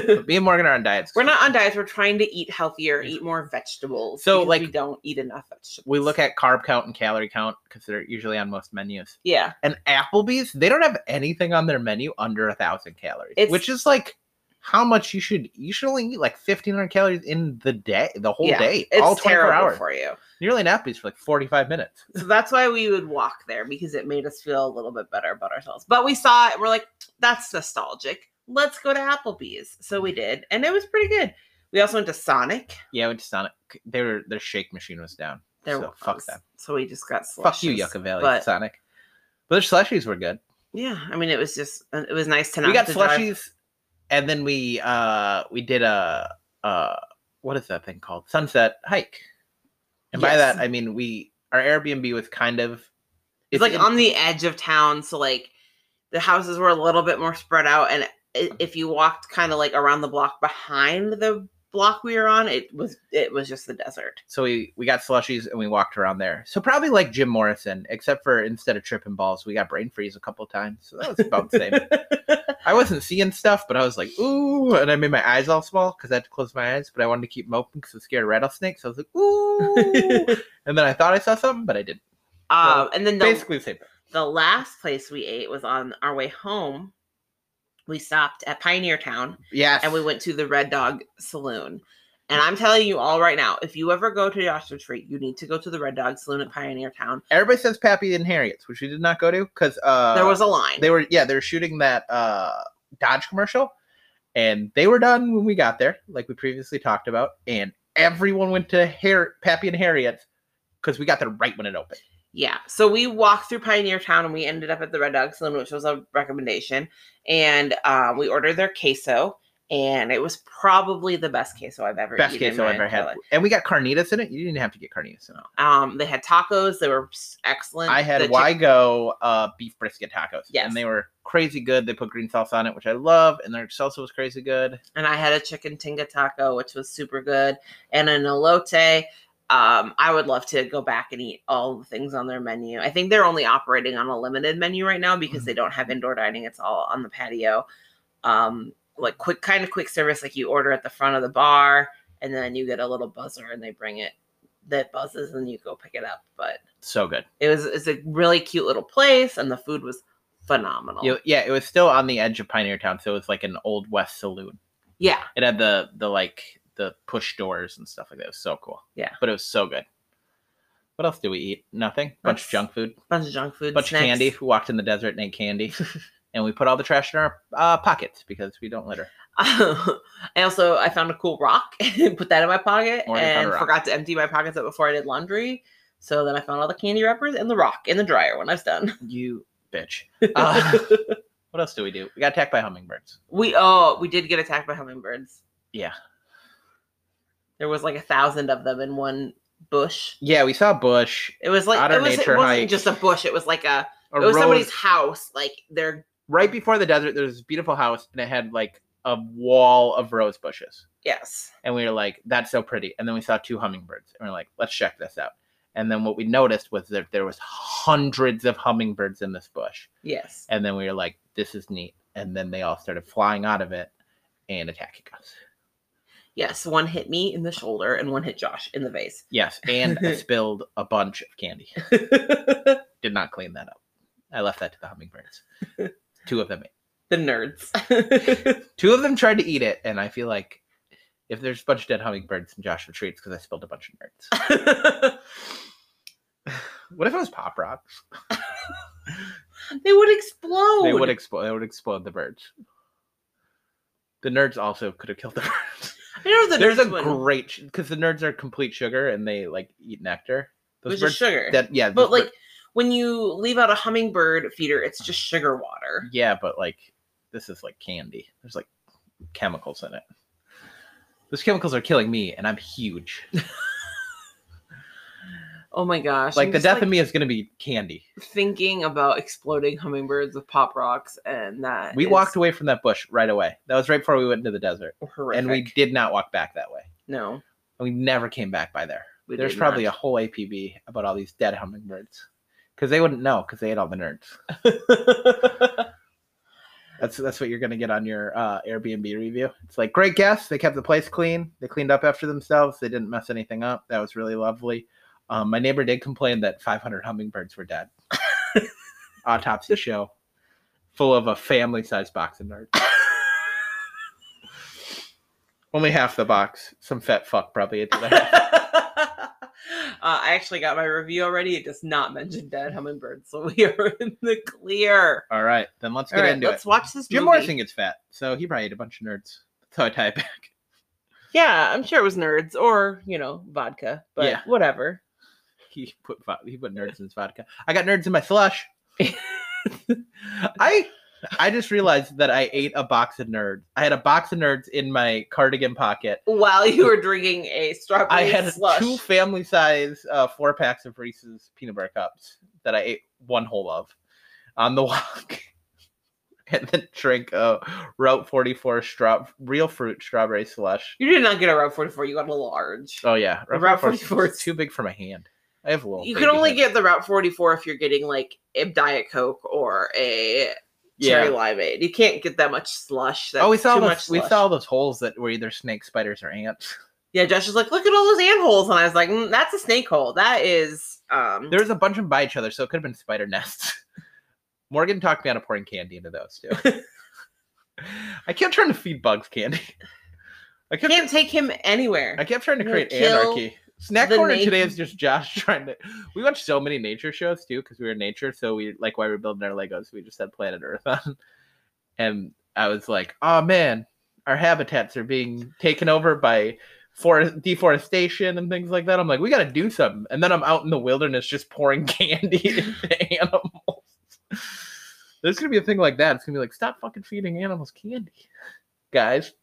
S1: But me and Morgan are on diets.
S2: we're not on diets. We're trying to eat healthier, eat more vegetables.
S1: So,
S2: because
S1: like,
S2: we don't eat enough vegetables.
S1: We look at carb count and calorie count because they're usually on most menus.
S2: yeah,
S1: And Applebee's, they don't have anything on their menu under a thousand calories,
S2: It's-
S1: which is like how much you should. You should only eat like fifteen hundred calories in the day, the whole
S2: yeah.
S1: day,
S2: It's
S1: all twenty four
S2: terrible
S1: hours.
S2: for you.
S1: You're only at Applebee's for like forty five minutes.
S2: So that's why we would walk there because it made us feel a little bit better about ourselves. But we saw it, we're like, that's nostalgic. Let's go to Applebee's. So
S1: Mm.
S2: we did, and it was pretty good. We also went to Sonic.
S1: Yeah, we just Sonic. Their their shake machine was down.
S2: There
S1: so
S2: was-
S1: fuck them.
S2: So we just got slushies.
S1: Fuck you, Yucca Valley
S2: But
S1: Sonic. But their slushies were good.
S2: yeah, I mean, it was just uh, it was nice to not
S1: we got
S2: have to drive-
S1: slushies, and then we uh we did a uh what is that thing called sunset hike, and by that
S2: Yes.
S1: I mean we our Airbnb was kind of
S2: It's like on the edge of town, so like the houses were a little bit more spread out, and i- if you walked kind of like around the block behind the block we were on, it was it was just the desert.
S1: so we we got slushies and we walked around there. So probably like Jim Morrison, except for instead of tripping balls, we got brain freeze a couple times. So that was about the same. I wasn't seeing stuff, but I was like, ooh, and I made my eyes all small because I had to close my eyes, but I wanted to keep them open because I was scared of rattlesnakes. So I was like, ooh, and then I thought I saw something, but I didn't.
S2: um, and then the,
S1: Basically the same.
S2: the last place we ate was on our way home. We stopped at Pioneer Town
S1: Yes.
S2: and we went to the Red Dog Saloon. And I'm telling you all right now, if you ever go to Joshua Tree, you need to go to the Red Dog Saloon at Pioneer Town.
S1: Everybody says Pappy and Harriet's, which we did not go to because uh,
S2: there was a line.
S1: they were yeah they were shooting that uh, Dodge commercial, and they were done when we got there, like we previously talked about, and everyone went to Har- Pappy and Harriet's because we got there right when it opened.
S2: Yeah. So we walked through Pioneer Town and we ended up at the Red Dog Saloon, which was a recommendation. And um, we ordered their queso, and it was probably the best queso I've ever
S1: Best
S2: eaten in
S1: case I
S2: my
S1: ever
S2: entire
S1: had,
S2: life.
S1: and we got carnitas in it. You didn't have to get carnitas in it.
S2: Um, they had tacos. They were s- excellent.
S1: I
S2: The
S1: had
S2: chick-
S1: Wygo uh, beef brisket tacos.
S2: Yes.
S1: And they were crazy good. They put green sauce on it, which I love. And their salsa was crazy good.
S2: and I had a chicken tinga taco, which was super good, and an elote. Um, I would love to go back and eat all the things on their menu. I think they're only operating on a limited menu right now
S1: Mm-hmm.
S2: because they don't have indoor dining. It's all on the patio. Um, like quick kind of quick service, like you order at the front of the bar, and then you get a little buzzer, and they bring it that buzzes, and you go pick it up. But
S1: So good.
S2: it was it's a really cute little place, and the food was phenomenal.
S1: It- yeah, it was still on the edge of Pioneer Town. So it was like an old West saloon.
S2: yeah,
S1: It had the, the like, the push doors and stuff like that. It was so cool.
S2: Yeah.
S1: But it was so good. What else do we eat? Nothing. Bunch
S2: That's-
S1: of junk food.
S2: bunch of junk food,
S1: Bunch
S2: snacks.
S1: of candy. We walked in the desert and ate candy. and we put all the trash in our uh, pockets because we don't litter.
S2: I also I found a cool rock and put that in my pocket
S1: Morgan found a
S2: and
S1: rock.
S2: forgot to empty my pockets out before I did laundry. So then I found all the candy wrappers and the rock in the dryer when I was done.
S1: You bitch. Uh, what else do we do? We got attacked by hummingbirds.
S2: We oh we did get attacked by hummingbirds.
S1: Yeah.
S2: There was like a thousand of them in one bush.
S1: Yeah, we saw a bush,
S2: It was like
S1: Otter
S2: it, was, it
S1: nature
S2: wasn't
S1: hike.
S2: just a bush. It was like a
S1: a
S2: it was
S1: road-
S2: somebody's house. Like they're
S1: right before the desert. There was this beautiful house, and it had like a wall of rose bushes.
S2: yes
S1: And we were like, "That's so pretty." And then we saw two hummingbirds, and we are like, "Let's check this out." And then what we noticed was that there was hundreds of hummingbirds in this bush.
S2: yes.
S1: And then we were like, "This is neat." And then they all started flying out of it and attacking us.
S2: Yes, one hit me in the shoulder and one hit Josh in the face.
S1: Yes, and I spilled a bunch of candy.
S2: the
S1: Did not clean that up. I left that to the hummingbirds. two of them
S2: nerds.
S1: Two of them tried to eat it, and I feel like if there's a bunch of dead hummingbirds in Joshua Tree, it's because I spilled a bunch of nerds. what if it was Pop Rocks?
S2: they would explode.
S1: They would explode. They would explode the birds. The nerds also could have killed the birds.
S2: I know the
S1: There's a
S2: nerds wouldn't.
S1: great because the nerds are complete sugar and they like eat nectar.
S2: which is sugar.
S1: that yeah,
S2: but
S1: those bir-
S2: like when you leave out a hummingbird feeder, it's just sugar water.
S1: yeah, but like this is like candy. There's like chemicals in it. Those chemicals are killing me, and I'm huge.
S2: Oh my gosh!
S1: like
S2: I'm
S1: the
S2: just,
S1: death of me is gonna be candy.
S2: Thinking about exploding hummingbirds with pop rocks and that
S1: We
S2: is
S1: walked away from that bush right away. That was right before we went into the desert,
S2: horrific.
S1: and we did not walk back that way.
S2: no.
S1: And we never came back by there.
S2: We
S1: There's
S2: did
S1: probably
S2: not.
S1: a whole APB about all these dead hummingbirds because they wouldn't know because they ate all the nerds. That's that's what you're gonna get on your uh, Airbnb review. It's like great guests. They kept the place clean. They cleaned up after themselves. They didn't mess anything up. That was really lovely. Um, my neighbor did complain that 500 hummingbirds were dead. Autopsy show, full of a family-sized box of nerds. Only half the box. Some fat fuck probably ate the other half.
S2: uh, I actually got my review already. It does not mention dead hummingbirds, so we are in the clear.
S1: All right, then let's
S2: All
S1: get
S2: right,
S1: into it.
S2: let's watch this
S1: Jim
S2: movie.
S1: Morrison gets fat, so he probably ate a bunch of nerds. So I tie it back.
S2: Yeah, I'm sure it was nerds or you know vodka, but
S1: Yeah.
S2: whatever.
S1: He put vo- he put nerds in his vodka. I got nerds in my slush. I I just realized that I ate a box of nerds. I had a box of nerds in my cardigan pocket.
S2: While you were drinking a strawberry
S1: I had
S2: slush,
S1: two family size uh, four packs of Reese's peanut butter cups that I ate one whole of on the walk, and then drank a Route 44 straw real fruit strawberry slush.
S2: you did not get a Route 44. You got a large.
S1: Oh yeah,
S2: The Route 44
S1: 44 is
S2: is-
S1: too big for my hand. I have a little.
S2: you
S1: baby
S2: can only
S1: hand.
S2: get the Route 44 if you're getting like a Diet Coke or a cherry limeade. You can't get that much slush. That's
S1: Oh, we saw
S2: too
S1: those,
S2: much
S1: we
S2: slush.
S1: saw all those holes that were either snakes, spiders, or ants.
S2: Yeah, Josh was like, look at all those ant holes, and I was like, mm, that's a snake hole. That is um.
S1: There was a bunch of them by each other, so it could have been spider nests. Morgan talked me out of pouring candy into those too. I kept trying to feed bugs candy. I kept
S2: can't take him anywhere.
S1: I kept trying to
S2: You're gonna
S1: create
S2: kill
S1: anarchy. Snack
S2: the
S1: corner today
S2: nat-
S1: is just Josh trying to. We watched so many nature shows too because we were in nature, so we like while we were building our Legos, we just had Planet Earth on, and I was like, "Oh man, our habitats are being taken over by forest deforestation and things like that." I'm like, "We got to do something," and then I'm out in the wilderness just pouring candy into animals. There's gonna be a thing like that. It's gonna be like, "Stop fucking feeding animals candy, guys."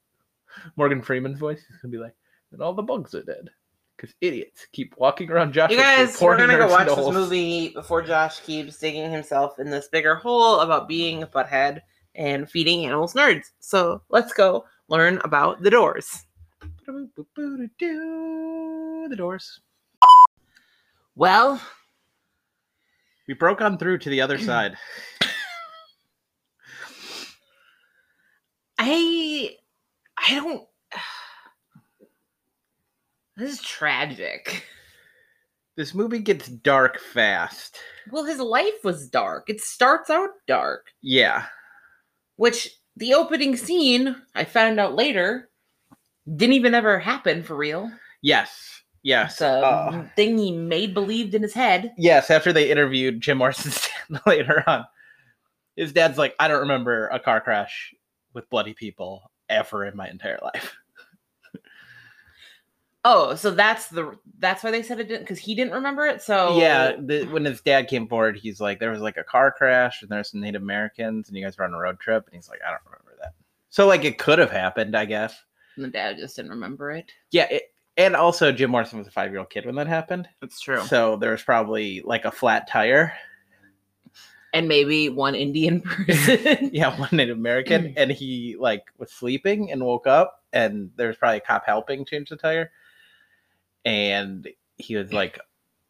S1: Morgan Freeman's voice is gonna be like and all the bugs are dead. Because idiots keep walking around Joshua. Tree
S2: You guys, we're
S1: pouring
S2: gonna go
S1: nerds
S2: watch
S1: into
S2: this
S1: holes.
S2: movie before Josh keeps digging himself in this bigger hole about being a butthead and feeding animals nerds. So let's go learn about the doors.
S1: The doors.
S2: Well,
S1: We broke on through to the other side.
S2: I I don't This is tragic.
S1: This movie gets dark fast.
S2: Well, his life was dark. It starts out dark,
S1: Yeah.
S2: which the opening scene I found out later didn't even ever happen for real.
S1: Yes. Yes.
S2: It's a
S1: Uh,
S2: thing he made believed in his head.
S1: yes. After they interviewed Jim Morrison's dad later on, his dad's like, I don't remember a car crash with bloody people ever in my entire life.
S2: Oh, so that's the that's why they said it didn't because he didn't remember it. So
S1: yeah the, when his dad came forward he's like there was like a car crash and there's some native americans and you guys were on a road trip and he's like i don't remember that so like it could have happened i guess
S2: the dad just didn't remember it.
S1: yeah it, and also jim morrison was a five year old kid when that happened
S2: That's true.
S1: so there was probably like a flat tire
S2: And maybe one Indian person.
S1: yeah one native american and he like was sleeping and woke up and there was probably a cop helping change the tire and he was like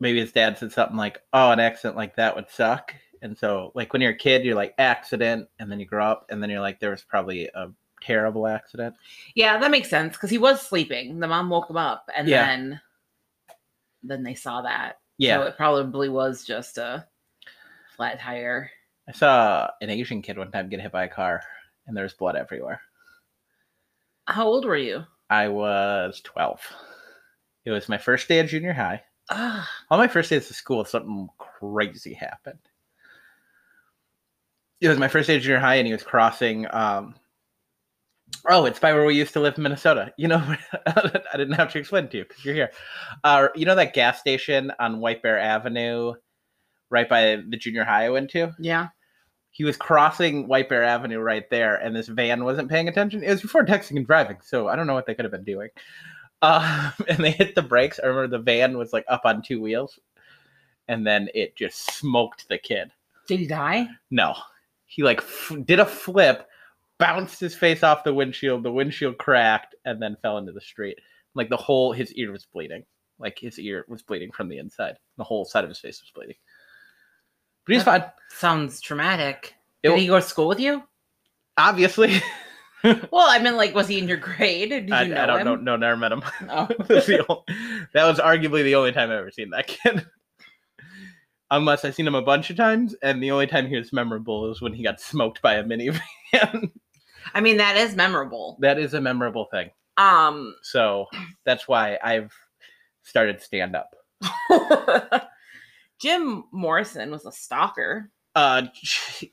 S1: maybe his dad said something like oh an accident like that would suck and so like when you're a kid you're like accident and then you grow up and then you're like there was probably a terrible accident
S2: yeah, that makes sense because he was sleeping. The mom woke him up, and
S1: Yeah.
S2: then then they saw that.
S1: yeah
S2: so it probably was just a flat tire.
S1: i saw an asian kid one time get hit by a car and there was blood everywhere
S2: How old were you?
S1: i was 12 it was my first day of junior high
S2: Ah,
S1: on my first day of school, something crazy happened. It was my first day of junior high, and he was crossing. Um, oh, it's by where we used to live in Minnesota. You know, I didn't have to explain to you because you're here. Uh, you know that gas station on White Bear Avenue, right by the junior high I went to?
S2: yeah.
S1: He was crossing White Bear Avenue right there, and this van wasn't paying attention. It was before texting and driving, so I don't know what they could have been doing. Um, and they hit the brakes. I remember the van was like up on two wheels, and then it just smoked the kid.
S2: Did he die?
S1: No, he like f- did a flip, bounced his face off the windshield. The windshield cracked, and then fell into the street. Like the whole his ear was bleeding. Like his ear was bleeding from the inside. The whole side of his face was bleeding. But he's fine.
S2: Sounds traumatic.
S1: It
S2: Did
S1: wa-
S2: he go to school with you?
S1: Obviously,
S2: Well, I mean, like, was he in your grade? Did you
S1: I,
S2: know
S1: I don't
S2: him?
S1: know. No, never met him.
S2: Oh.
S1: That's the ol- that was arguably the only time I've ever seen that kid. Unless I've seen him a bunch of times, and the only time he was memorable is when he got smoked by a minivan.
S2: I mean, that is memorable.
S1: that is a memorable thing.
S2: Um,
S1: So that's why I've started stand up.
S2: Jim Morrison was a stalker.
S1: Uh,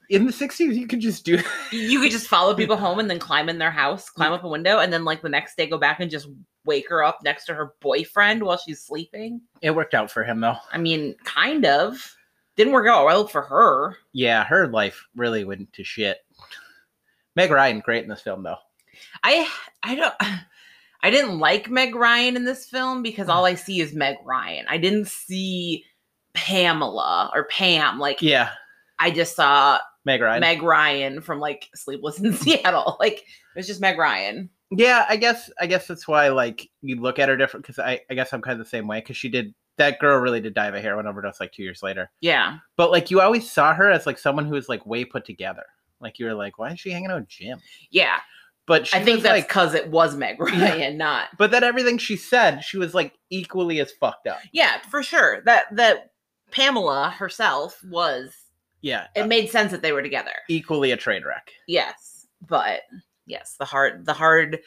S1: in the 60s, you could just do
S2: You could just follow people home and then climb in their house, climb up a window, and then like the next day go back and just wake her up next to her boyfriend while she's sleeping.
S1: it. worked out for him, though.
S2: I mean, kind of. Didn't work out well for her.
S1: Yeah, her life really went to shit. Meg Ryan, great in this film, though.
S2: I I don't I didn't like Meg Ryan in this film because all I see is Meg Ryan. I didn't see Pamela or Pam. Like
S1: Yeah,
S2: I just saw
S1: Meg Ryan.
S2: Meg Ryan from like Sleepless in Seattle. Like it was just Meg Ryan.
S1: yeah i guess i guess that's why like you look at her different because I, I guess i'm kind of the same way because she did that girl really did die of a heroin overdose like two years later
S2: Yeah.
S1: but like you always saw her as like someone who was like way put together like you were like why is she hanging out with jim
S2: Yeah.
S1: but she
S2: I think
S1: was,
S2: that's
S1: like
S2: because it was Meg Ryan, not
S1: but then everything she said she was like equally as fucked up
S2: yeah, for sure. That that Pamela herself was
S1: yeah
S2: it
S1: uh,
S2: made sense that they were together.
S1: equally a train wreck
S2: Yes. But yes, the hard the hard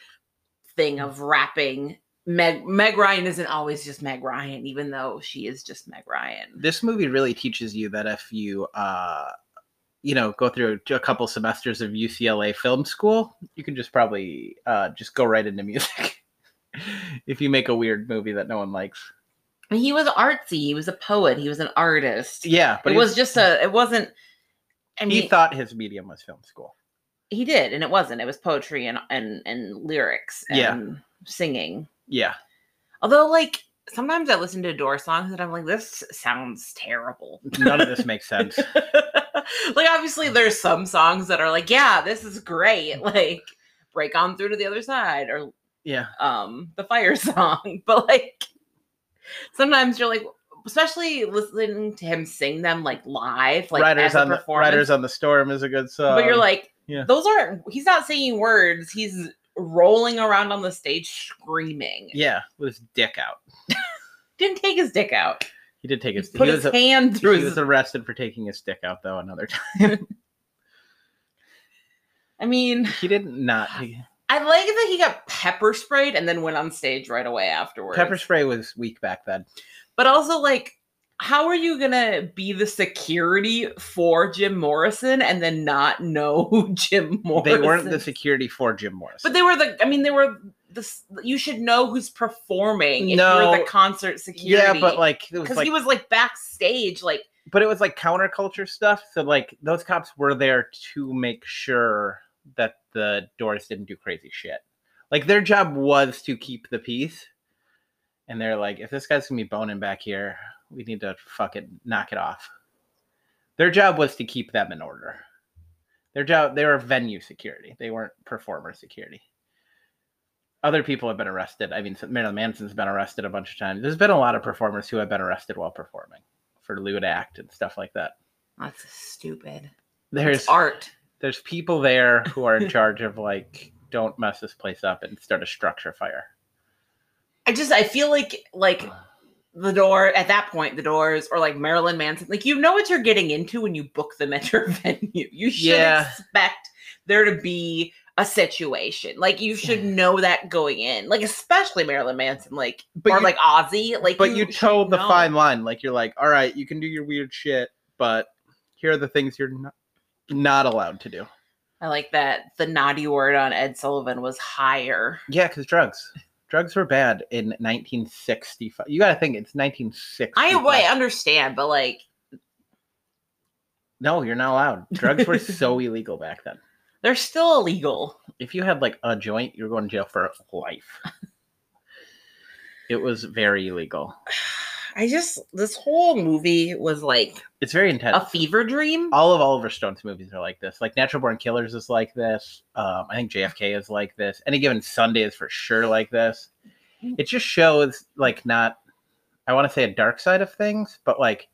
S2: thing of rapping Meg Meg Ryan isn't always just Meg Ryan, even though she is just Meg Ryan.
S1: this movie really teaches you that if you uh you know go through a couple semesters of ucla film school you can just probably uh just go right into music if you make a weird movie that no one likes
S2: And He was artsy, he was a poet, he was an artist.
S1: yeah but
S2: it
S1: he
S2: was just a it wasn't I mean
S1: he thought his medium was film school
S2: he did and it wasn't it was poetry and and and lyrics and
S1: Yeah.
S2: singing
S1: yeah
S2: although like sometimes i listen to door songs and i'm like this sounds terrible
S1: none of this makes sense
S2: like obviously
S1: Mm.
S2: there's some songs that are like yeah this is great like break on through to the other side or
S1: yeah
S2: um the fire song but like sometimes you're like especially listening to him sing them like live like
S1: riders
S2: as a
S1: on the
S2: performance
S1: riders on the storm is a good song
S2: but you're like
S1: um, yeah.
S2: those aren't he's not singing words he's rolling around on the stage screaming
S1: yeah with his dick out
S2: didn't take his dick out
S1: he did take his
S2: put
S1: he
S2: his
S1: was, a-
S2: hand
S1: he
S2: through his
S1: was arrested for taking his dick out though another time
S2: i mean
S1: he didn't not
S2: Ah,
S1: he-
S2: i like that he got pepper sprayed and then went on stage right away afterwards
S1: pepper spray was weak back then
S2: but also like how are you gonna be the security for jim morrison and then not know who jim morrison
S1: they weren't the security for Jim Morrison.
S2: but they were the i mean they were the s- you should know who's performing if you're
S1: No.
S2: the concert security
S1: yeah, but like it was
S2: because
S1: like,
S2: he was like backstage, like
S1: but it was like counterculture stuff. So like those cops were there to make sure that the Doors didn't do crazy shit. Like their job was to keep the peace, and they're like, if this guy's gonna be boning back here, we need to fucking knock it off. Their job was to keep them in order. Their job, they were venue security. They weren't performer security. Other people have been arrested. I mean, Marilyn Manson's been arrested a bunch of times. There's been a lot of performers who have been arrested while performing for lewd act and stuff like that.
S2: that's stupid.
S1: There's
S2: It's art.
S1: there's people there who are in charge of like don't mess this place up and start a structure fire.
S2: I just I feel like like the door at that point, the doors or like Marilyn Manson, like you know what you're getting into when you book them at your venue. You should
S1: Yeah.
S2: expect there to be a situation. Like you should know that going in. Like especially Marilyn Manson, like
S1: But
S2: or
S1: you-
S2: like Ozzy. Like
S1: But you,
S2: should
S1: toe the
S2: know.
S1: fine line. Like you're like, all right, you can do your weird shit, but here are the things you're not, not allowed to do.
S2: I like that the naughty word on Ed Sullivan was higher.
S1: Yeah, because drugs. Drugs were bad in 1965. You gotta think it's 1960.
S2: I, well, I understand, but like
S1: No, you're not allowed. Drugs were so illegal back then.
S2: they're still illegal.
S1: if you had like a joint, you're going to jail for life. it was very illegal.
S2: I just this whole movie was like
S1: It's very
S2: a
S1: intense.
S2: fever dream.
S1: All of Oliver Stone's movies are like this. Like Natural Born Killers is like this. Um, I think JFK is like this. Any given Sunday is for sure like this. It just shows like not I want to say a dark side of things, but like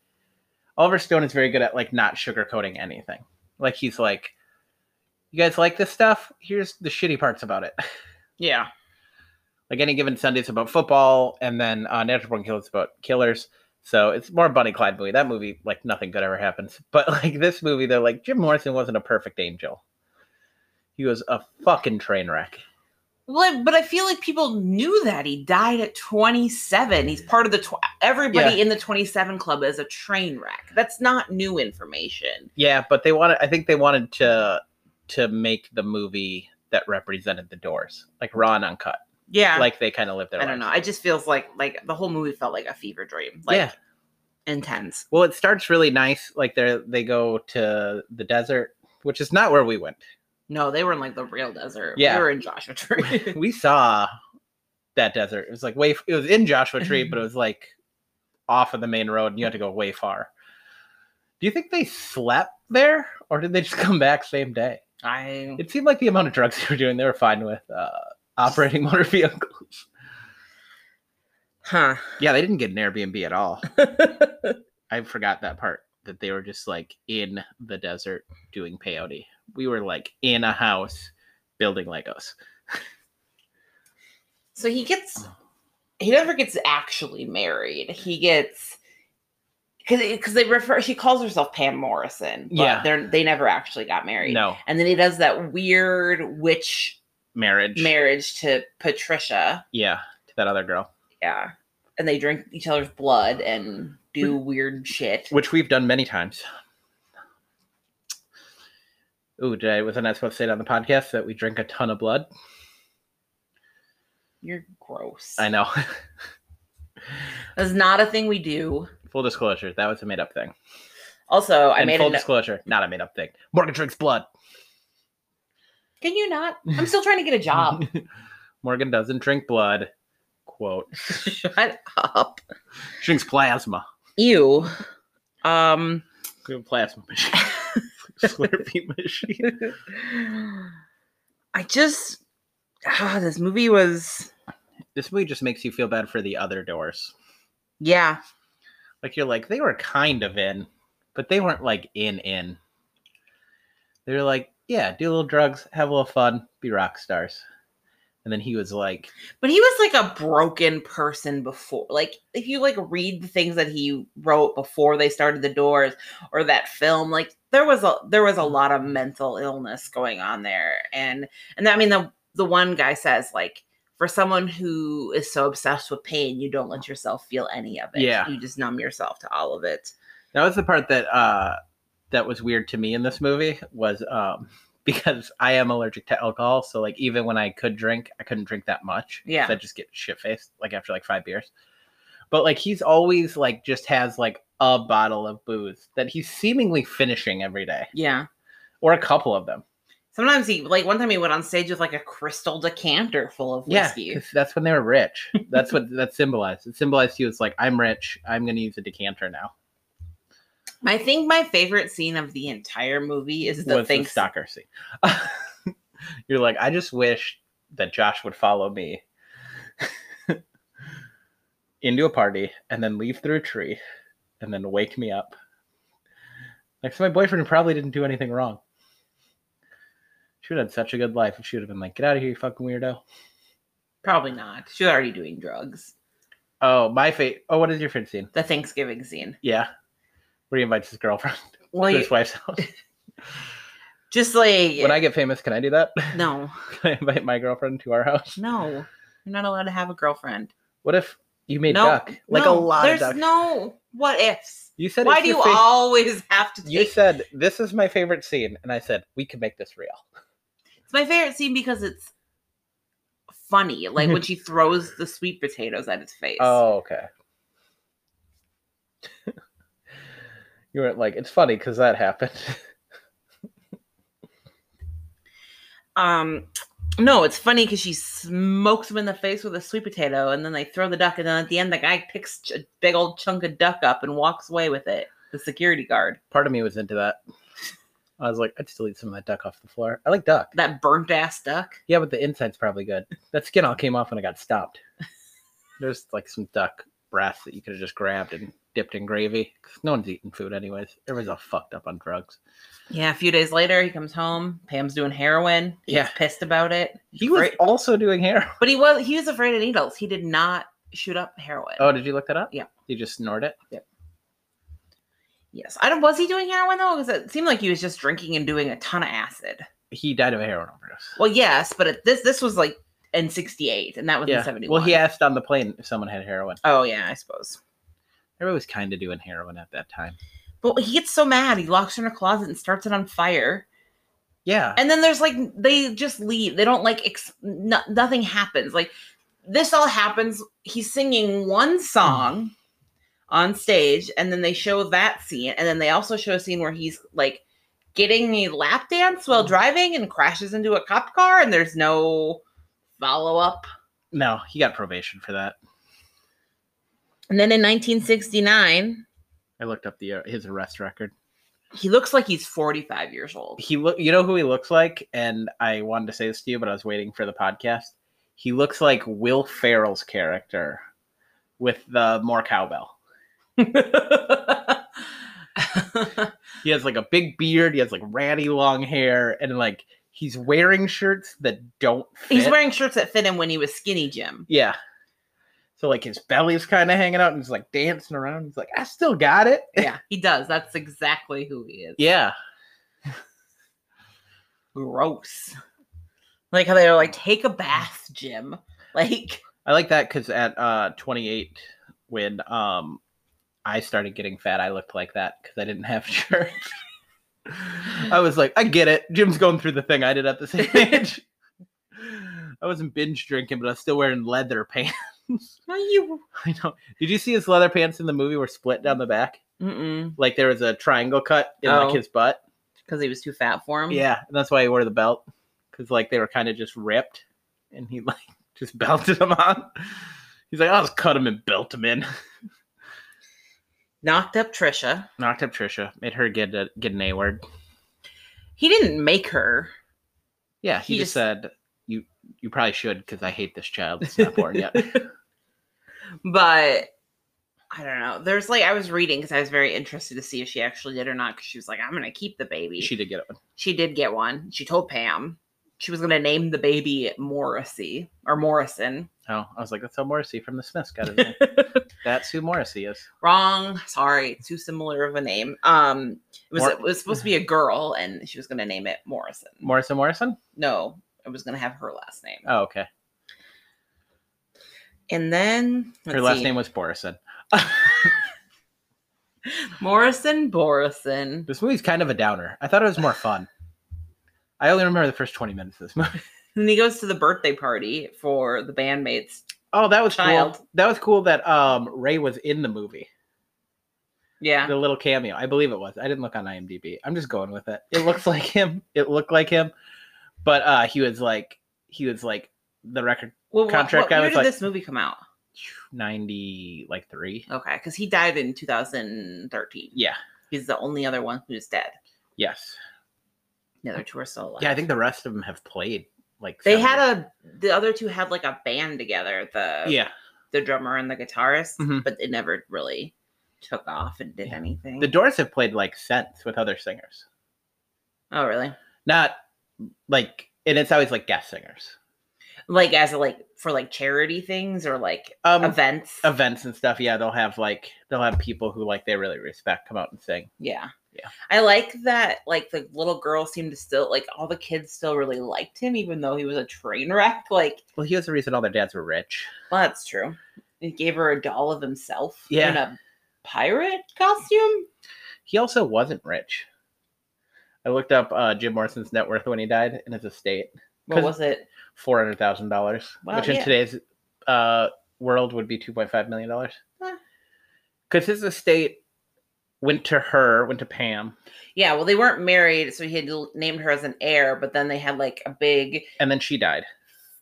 S1: Oliver Stone is very good at like not sugarcoating anything. Like he's like You guys like this stuff? Here's the shitty parts about it.
S2: Yeah.
S1: Like any given Sunday, it's about football, and then uh, Natural Born Killers is about killers. So it's more Bunny Clyde movie. That movie, like nothing good ever happens. But like this movie, they're like Jim Morrison wasn't a perfect angel. He was a fucking train wreck.
S2: Well, but I feel like people knew that he died at 27. He's part of the tw- everybody in the 27 club is a train wreck. That's not new information.
S1: Yeah, but they wanted. I think they wanted to to make the movie that represented the Doors, like raw and uncut,
S2: Yeah, like
S1: like they kind of lived their.
S2: I don't know.
S1: lives.
S2: It just feels like like the whole movie felt like a fever dream. Like
S1: yeah.
S2: intense.
S1: Well, it starts really nice. Like they are they go to the desert, which is not where we went.
S2: No, they were in like the real desert.
S1: Yeah.
S2: we were in Joshua Tree.
S1: we saw that desert. It was like way. It was in Joshua Tree, but it was like off of the main road, and you had to go way far. Do you think they slept there, or did they just come back same day?
S2: I
S1: It seemed like the amount of drugs they were doing, they were fine with uh, operating motor vehicles.
S2: huh.
S1: Yeah, they didn't get an Airbnb at all. I forgot that part that they were just like in the desert doing peyote. We were like in a house building Legos.
S2: So he gets, he never gets actually married. He gets, because they refer, she calls herself Pam Morrison. But
S1: Yeah.
S2: They're, they never actually got married.
S1: No
S2: And then he does that weird witch
S1: marriage.
S2: marriage to Patricia.
S1: yeah, to that other girl,
S2: Yeah. And they drink each other's blood and do weird shit.
S1: which we've done many times. Ooh, did I was I not supposed to say it on the podcast that we drink a ton of blood?
S2: You're gross.
S1: I know.
S2: That's not a thing we do.
S1: Full disclosure, that was a made up thing.
S2: Also, I
S1: and
S2: made
S1: full
S2: a no-
S1: disclosure, not a made up thing. Morgan drinks blood.
S2: Can you not? I'm still trying to get a job.
S1: Morgan doesn't drink blood. Quote.
S2: Shut up.
S1: Drinks plasma.
S2: Ew. Um.
S1: We have a plasma machine. Slurpee machine.
S2: I just ah, this movie was
S1: This movie just makes you feel bad for the other doors.
S2: yeah.
S1: Like you're like, they were kind of in, but they weren't like in in. They're like, yeah, do a little drugs, have a little fun, be rock stars. And then he was like,
S2: But he was like a broken person before. Like if you like read the things that he wrote before they started the doors or that film, like there was a there was a
S1: Mm.
S2: lot of mental illness going on there. And and I mean the the one guy says like for someone who is so obsessed with pain, you don't let yourself feel any of it.
S1: Yeah.
S2: You just numb yourself to all of it.
S1: That was the part that uh that was weird to me in this movie was um because I am allergic to alcohol, so like even when I could drink, I couldn't drink that much. 'cause
S2: Yeah.
S1: I just get shit faced like after like five beers. But like he's always like just has like a bottle of booze that he's seemingly finishing every day.
S2: Yeah.
S1: Or a couple of them.
S2: Sometimes he like one time he went on stage with like a crystal decanter full of whiskey.
S1: Yeah. 'cause That's when they were rich. That's what that symbolized. It symbolized he was like, I'm rich, I'm gonna use a decanter now.
S2: I think my favorite scene of the entire movie is the
S1: was the
S2: thing
S1: stalker scene. You're like, I just wish that Josh would follow me into a party and then leave through a tree and then wake me up. Like, so my boyfriend probably didn't do anything wrong. She would have had such a good life if she would have been like, get out of here, you fucking weirdo.
S2: Probably not. She was already doing drugs.
S1: Oh, my fate. Oh, what is your favorite scene?
S2: The Thanksgiving scene.
S1: Yeah. Where he invites his girlfriend
S2: Well,
S1: to
S2: you,
S1: his wife's house.
S2: just like
S1: When I get famous, can I do that?
S2: no,
S1: can I invite my girlfriend to our house?
S2: no, you're not allowed to have a girlfriend.
S1: What if you made
S2: no,
S1: duck? Like
S2: no,
S1: a lot
S2: There's
S1: of duck.
S2: no what ifs.
S1: you said
S2: Why
S1: it's
S2: do
S1: your
S2: you
S1: fa-
S2: always have to? Take,
S1: You said this is my favorite scene, and I said we could make this real.
S2: it's my favorite scene because it's funny. Like when she throws the sweet potatoes at his face.
S1: Oh, okay. you weren't like it's funny because that happened.
S2: Um, no, it's funny because she smokes him in the face with a sweet potato, and then they throw the duck, and then at the end, the guy picks ch- a big old chunk of duck up and walks away with it. The security guard,
S1: Part of me was into that. I was like, I'd just delete some of that duck off the floor. I like duck.
S2: that burnt ass duck.
S1: Yeah, but the inside's probably good. That skin all came off when I got stopped. There's like some duck breath that you could have just grabbed and dipped in gravy. 'Cause No one's eating food anyways. Everyone's all fucked up on drugs.
S2: Yeah, a few days later, he comes home. Pam's doing heroin. He's
S1: Yeah.
S2: pissed about it.
S1: He was
S2: Right.
S1: also doing heroin.
S2: But he was he was afraid of needles. He did not shoot up heroin.
S1: Oh, did you look that up?
S2: Yeah.
S1: You just snort it?
S2: Yes, I don't. Was he doing heroin though? Because it seemed like he was just drinking and doing a ton of acid.
S1: He died of a heroin overdose.
S2: Well, yes, but it, this this was like in '68, and that was in
S1: yeah.
S2: '71.
S1: Well, he asked on the plane if someone had heroin.
S2: Oh yeah, I suppose.
S1: Everyone was kind of doing heroin at that time.
S2: But he gets so mad, he locks her in a closet and starts it on fire.
S1: Yeah.
S2: And then there's like they just leave. They don't like ex- no, nothing happens. Like this all happens. He's singing one song on stage, and then they show that scene, and then they also show a scene where he's like getting a lap dance while driving and crashes into a cop car, and there's no follow up.
S1: no, he got probation for that.
S2: And then in 1969,
S1: I looked up the uh, his arrest record.
S2: he looks like he's 45 years old.
S1: He look, you know who he looks like, and I wanted to say this to you, but I was waiting for the podcast. He looks like Will Ferrell's character with the more cowbell. He has like a big beard. He has like ratty long hair, and like he's wearing shirts that don't. Fit.
S2: he's wearing shirts that fit him when he was skinny Jim.
S1: Yeah. So like his belly's kind of hanging out, and he's like dancing around. He's like, I still got it.
S2: Yeah, he does. That's exactly who he is.
S1: Yeah.
S2: gross. Like how they were like, take a bath, Jim. Like,
S1: I like that because at uh 28, when um I started getting fat, I looked like that because I didn't have shirts. I was like, I get it. Jim's going through the thing I did at the same age. I wasn't binge drinking, but I was still wearing leather pants.
S2: no, you.
S1: I know. Did you see his leather pants in the movie were split down the back?
S2: Mm-mm.
S1: Like there was a triangle cut in like
S2: Oh. Um.
S1: his butt.
S2: Because he was too fat for him.
S1: Yeah, and that's why he wore the belt because like they were kind of just ripped, and he like just belted them on. He's like, I'll just cut him and belt him in.
S2: Knocked up Trisha.
S1: Knocked up Trisha, made her get a, get an A word.
S2: He didn't make her.
S1: Yeah, he,
S2: He
S1: just
S2: just-
S1: said you you probably should because I hate this child. It's not born yet.
S2: but I don't know. There's like I was reading because I was very interested to see if she actually did or not. Because she was like, "I'm gonna keep the baby."
S1: she did get one.
S2: she did get one. She told Pam she was gonna name the baby Morrissey or Morrison.
S1: Oh, I was like, that's how Morrissey from the Smiths got his name. that's who Morrissey is.
S2: Wrong. Sorry, too similar of a name. Um, it was
S1: Mor-
S2: it was supposed to be a girl, and she was gonna name it Morrison.
S1: Morrison Morrison.
S2: no, I was gonna have her last name.
S1: Oh, okay.
S2: And then
S1: Her
S2: let's
S1: last
S2: see,
S1: name was Borison.
S2: Morrison Borison.
S1: This movie's kind of a downer. I thought it was more fun. I only remember the first twenty minutes of this movie.
S2: And he goes to the birthday party for the bandmates.
S1: Oh, that was
S2: Child.
S1: cool. That was cool that um Ray was in the movie.
S2: Yeah,
S1: The little cameo. I believe it was. I didn't look on IMDb. I'm just going with it. It looks like him. It looked like him. But uh he was like he was like the record
S2: well, wh-
S1: contract
S2: wh-
S1: guy
S2: Where
S1: was
S2: did
S1: like-
S2: this movie come out?
S1: 90 like 3.
S2: Okay, because he died in 2013.
S1: Yeah.
S2: He's the only other one who's dead.
S1: Yes.
S2: The other two are still alive.
S1: Yeah, I think the rest of them have played like
S2: they had a. The other two had like a band together. The
S1: Yeah.
S2: the drummer and the guitarist,
S1: Mhm.
S2: but it never really took off and did
S1: Yeah.
S2: anything.
S1: The Doors have played like since with other singers.
S2: oh, really?
S1: Not like and it's always like guest singers.
S2: Like as a, like for like charity things or like
S1: Um
S2: events.
S1: events and stuff. Yeah, they'll have like they'll have people who like they really respect come out and sing.
S2: Yeah.
S1: Yeah.
S2: I like that like the little girl seemed to still like all the kids still really liked him even though he was a train wreck. Like,
S1: Well, he was the reason all their dads were rich.
S2: well, that's true. He gave her a doll of himself in
S1: Yeah.
S2: a pirate costume.
S1: He also wasn't rich. I looked up uh, Jim Morrison's net worth when he died and his estate
S2: What
S1: 'Cause-
S2: was it?
S1: four hundred thousand dollars,
S2: Wow,
S1: which in
S2: yeah.
S1: today's uh, world would be two point five million dollars.
S2: Huh.
S1: Because his estate went to her, went to Pam,
S2: Yeah, well they weren't married, so he had l- named her as an heir, but then they had like a big
S1: and then she died.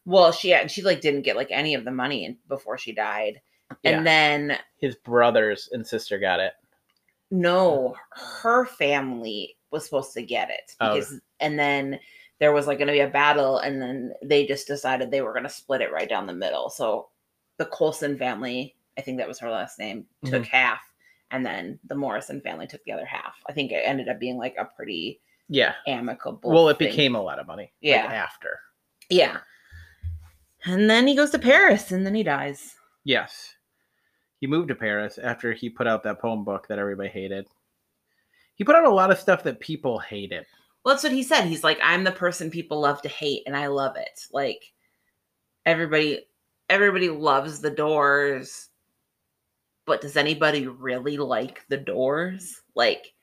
S2: well, she had, she like didn't get like any of the money in- before she died.
S1: Yeah.
S2: And then
S1: His brothers and sister got it.
S2: no, her family was supposed to get it
S1: Oh.
S2: because, and then there was like going to be a battle, and then they just decided they were going to split it
S1: Mm-hmm.
S2: right down the middle. So the Colson family, I think that was her last name, took half, and then the Morrison family took the other half. I think it ended up being like a pretty
S1: Yeah.
S2: amicable.
S1: Well, it
S2: thing.
S1: became a lot of money. like,
S2: Yeah.
S1: after.
S2: yeah. And then he goes to Paris, and then he dies.
S1: Yes. He moved to Paris after he put out that poem book that everybody hated. He put out a lot of stuff that people hated.
S2: Well, that's what he said. He's like, I'm the person people love to hate, and I love it. Like everybody, everybody loves the Doors, but does anybody really like the Doors? Like,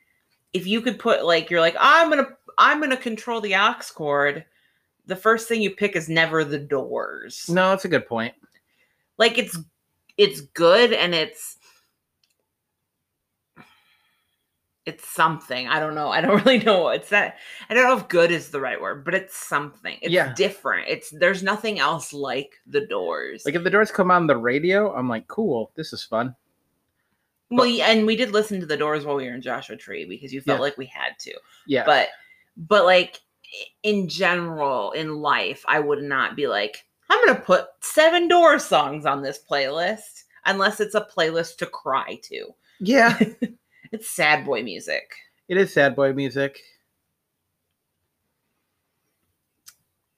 S2: if you could put like, you're like, I'm gonna, I'm gonna control the ox chord. The first thing you pick is never the Doors.
S1: No, that's a good point.
S2: Like it's, it's good and it's. It's something. I don't know. I don't really know. It's that I don't know if good is the right word, but it's something. It's
S1: Yeah.
S2: different. It's there's nothing else like the doors.
S1: Like if the doors come on the radio, I'm like, cool, this is fun.
S2: well, yeah, and we did listen to the doors while we were in Joshua Tree because you felt
S1: Yeah.
S2: like we had to.
S1: Yeah.
S2: But but like i- in general in life, I would not be like, I'm gonna put seven door songs on this playlist unless it's a playlist to cry to.
S1: yeah.
S2: It's sad boy music.
S1: It is sad boy music.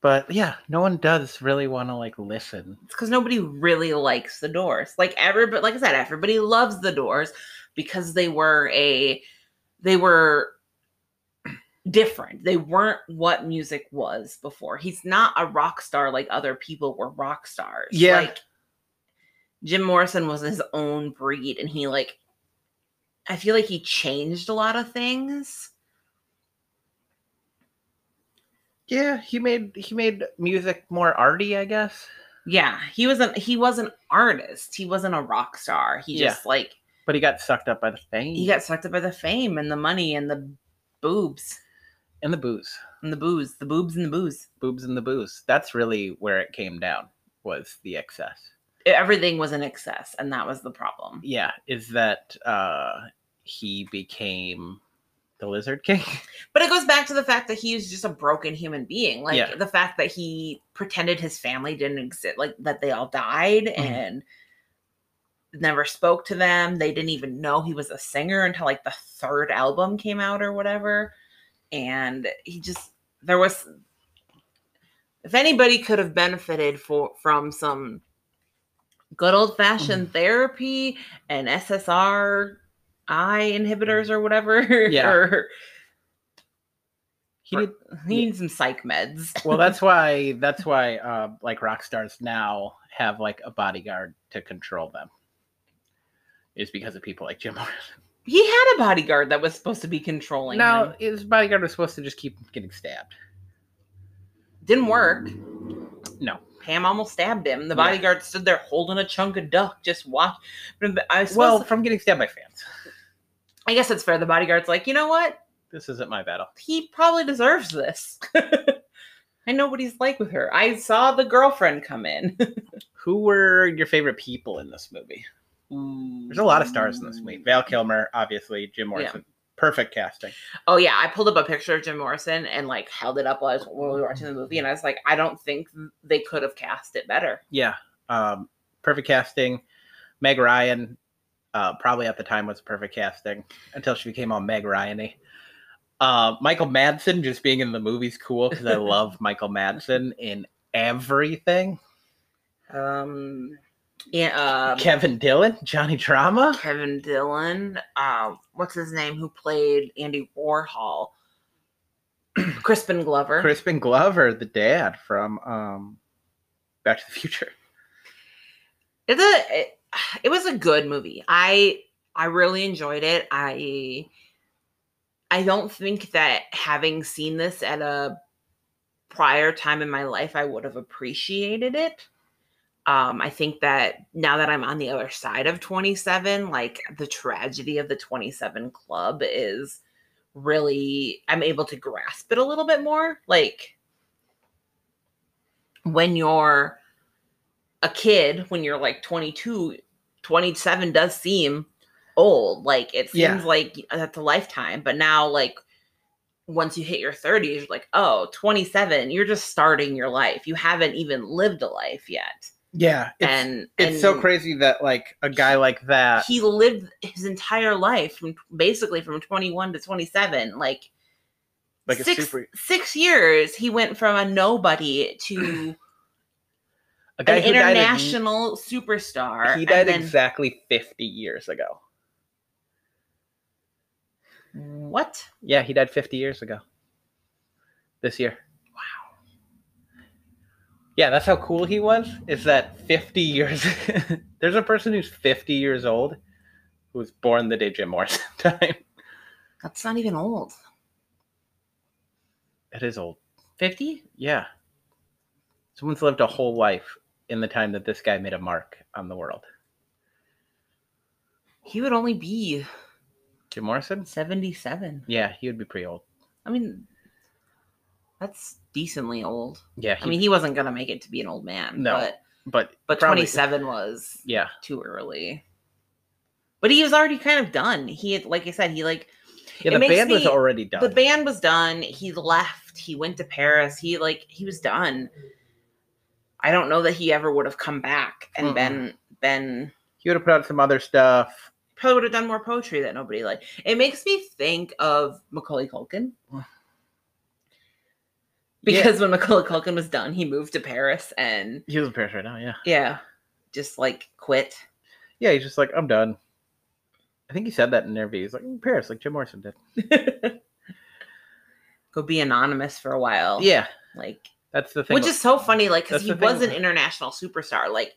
S1: But yeah, no one does really want to like listen.
S2: It's because nobody really likes the Doors. Like everybody, like I said, everybody loves the Doors because they were a, they were different. They weren't what music was before. He's not a rock star like other people were rock stars.
S1: Yeah.
S2: Like Jim Morrison was his own breed, and he like, I feel like he changed a lot of things.
S1: Yeah, he made he made music more arty, I guess.
S2: Yeah, he was an he was an artist. He wasn't a rock star. He
S1: Yeah.
S2: just like
S1: But he got sucked up by the fame
S2: he got sucked up by the fame and the money and the boobs
S1: and the booze.
S2: and the booze, the boobs and the booze.
S1: Boobs and the booze. That's really where it came down was the excess.
S2: E, Everything was in excess, and that was the problem.
S1: Yeah, is that uh he became the lizard king?
S2: But it goes back to the fact that he was just a broken human being. Like
S1: Yeah.
S2: the fact that he pretended his family didn't exist, like that they all died and never spoke to them. They didn't even know he was a singer until like the third album came out or whatever. And he just, there was, if anybody could have benefited for, from some good old
S1: Mm-hmm.
S2: fashioned therapy and SSRI inhibitors or whatever,
S1: Mm-hmm. Yeah.
S2: or
S1: He
S2: Right.
S1: did
S2: he
S1: Yeah.
S2: needs some psych meds.
S1: well that's why that's why uh like rock stars now have like a bodyguard to control them is because of people like jim morrison
S2: He had a bodyguard that was supposed to be controlling
S1: no
S2: him.
S1: his bodyguard was supposed to just keep getting stabbed
S2: Didn't work.
S1: No.
S2: Pam almost stabbed him. The
S1: Yeah.
S2: bodyguard stood there holding a chunk of duck, just watch. I suppose,
S1: well
S2: well,
S1: from getting stabbed by fans
S2: I guess it's fair. The bodyguard's like, you know what?
S1: this isn't my battle
S2: He probably deserves this. I know what he's like with her. I saw the girlfriend come in.
S1: who were your favorite people in this movie there's a lot of stars in this movie val kilmer obviously jim morrison perfect casting
S2: Oh yeah, I pulled up a picture of Jim Morrison and like held it up while I was while we were watching the movie, and I was like, I don't think they could have cast it better.
S1: yeah um perfect casting meg ryan uh probably at the time was perfect casting until she became all meg ryan uh michael madsen just being in the movie's cool because i love michael madsen in everything
S2: Um, yeah, um,
S1: kevin dillon johnny drama
S2: Kevin Dillon, um, what's his name, who played Andy Warhol, Crispin Glover.
S1: crispin glover the dad from um back to the future
S2: it's a it, it was a good movie. I I really enjoyed it. I I don't think that having seen this at a prior time in my life, I would have appreciated it. Um, I think that now that I'm on the other side of 27, like the tragedy of the 27 Club is really, I'm able to grasp it a little bit more. Like when you're a kid, when you're like 22, 27 does seem old. Like it seems
S1: Yeah.
S2: like that's a lifetime. But now, like, once you hit your 30s, you're like, oh, 27, you're just starting your life. You haven't even lived a life yet.
S1: Yeah. It's,
S2: and
S1: it's so
S2: and
S1: crazy that like a guy like that
S2: He lived his entire life from basically from 21 to 27. Like
S1: like
S2: six,
S1: a super
S2: six years, he went from a nobody to
S1: a guy
S2: an
S1: who died at-
S2: international superstar.
S1: he died
S2: and then-
S1: exactly 50 years ago.
S2: What?
S1: Yeah, he died 50 years ago. This year. Wow. Yeah, that's how cool he was. Is that 50 years? There's a person who's 50 years old who was born the day Jim Morrison died.
S2: That's not even old.
S1: That is old.
S2: 50?
S1: Yeah. Someone's lived a whole life in the time that this guy made a mark on the world.
S2: He would only be
S1: Jim Morrison?
S2: 77.
S1: Yeah, he would be pretty old.
S2: I mean, that's decently old.
S1: Yeah,
S2: I mean, he wasn't going to make it to be an old man.
S1: No,
S2: But,
S1: but
S2: but
S1: probably-
S2: 27 was
S1: Yeah,
S2: too early. But he was already kind of done. He had, like I said, he like
S1: yeah.
S2: It
S1: The
S2: makes
S1: band was
S2: me-
S1: already done.
S2: the band was done. He left. He went to Paris. He like he was done. I don't know that he ever would have come back and
S1: Mm-mm.
S2: been been
S1: He would have put out some other stuff.
S2: probably would have done more poetry that nobody liked. It makes me think of Macaulay Culkin. Because when Macaulay Culkin was done, he moved to Paris and
S1: He was in Paris right now. Yeah.
S2: yeah, just like quit.
S1: Yeah, he's just like, I'm done. I think he said that in an interview. He's like, "In Paris, like Jim Morrison did.
S2: Go be anonymous for a while.
S1: Yeah,
S2: Like
S1: that's the thing.
S2: which is so funny, like because
S1: That's
S2: he
S1: the thing
S2: was an
S1: with-
S2: international superstar. Like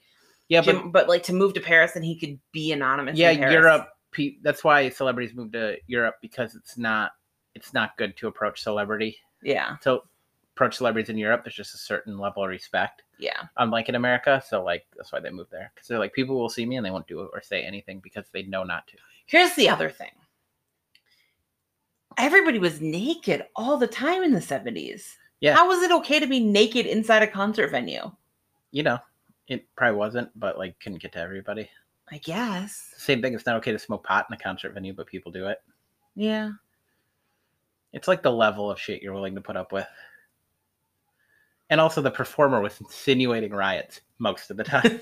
S1: yeah,
S2: Jim- but, like to move to Paris and he could be anonymous.
S1: but
S2: in
S1: yeah,
S2: Paris.
S1: Europe. pe- That's why celebrities move to Europe because it's not it's not good to approach celebrity.
S2: Yeah,
S1: So approach celebrities in Europe, there's just a certain level of respect,
S2: yeah,
S1: unlike in America. So like that's why they move there because they're like people will see me and they won't do it or say anything because they know not to.
S2: Here's the other thing. Everybody was naked all the time in the 70s.
S1: Yeah.
S2: How was it okay to be naked inside a concert venue?
S1: You know, it probably wasn't, but like couldn't get to everybody.
S2: I guess.
S1: Same thing. It's not okay to smoke pot in a concert venue, but people do it.
S2: Yeah.
S1: It's like the level of shit you're willing to put up with. And also the performer was insinuating riots most of the time.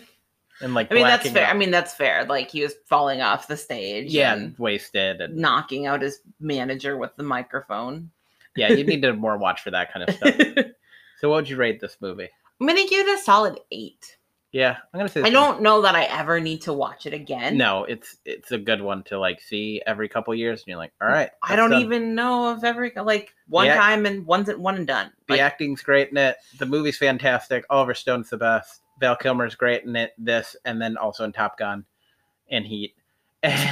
S1: and like
S2: I mean that's
S1: blacking
S2: fair.
S1: out.
S2: I mean that's fair. Like he was falling off the stage
S1: yeah,
S2: and
S1: and wasted and
S2: knocking out his manager with the microphone.
S1: yeah, you need to more watch for that kind of stuff.
S2: I'm
S1: so what would you rate this movie?
S2: gonna give it a solid eight.
S1: Yeah, I'm gonna say
S2: I
S1: this
S2: don't know that I ever need to watch it again.
S1: Is, no, it's it's a good one to like see every couple years, and you're like, all right.
S2: I
S1: that's um, done.
S2: don't even know if every like one
S1: Yeah.
S2: time and one's one and done.
S1: The
S2: Like,
S1: acting's great in it. The movie's fantastic. Oliver Stone's the best. Val Kilmer's great in it. This and then also in Top Gun, and Heat. And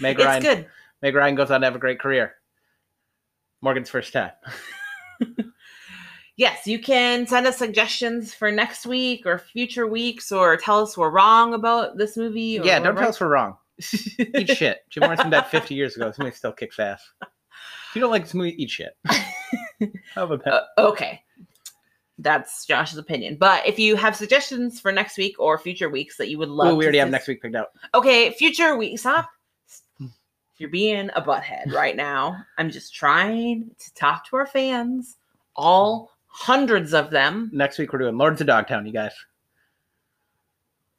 S1: Meg
S2: it's
S1: Ryan.
S2: good.
S1: Meg Ryan goes on to have a great career. Morgan's first time.
S2: Yes, you can send us suggestions for next week or future weeks, or tell us we're wrong about this movie. Or
S1: yeah,
S2: we're
S1: don't tell
S2: right.
S1: us we're wrong. Eat shit. Jim Morrison died 50 years ago. This movie still kicks ass. If you don't like this movie, eat shit. How about that?
S2: Uh, okay, that's Josh's opinion. But if you have suggestions for next week or future weeks that you would love,
S1: Well, we
S2: to
S1: already have
S2: sus-
S1: next week picked out.
S2: Okay, future week. Stop. You're being a butthead right now. I'm just trying to talk to our fans, all hundreds of them.
S1: Next week we're doing Lords of Dogtown, you guys.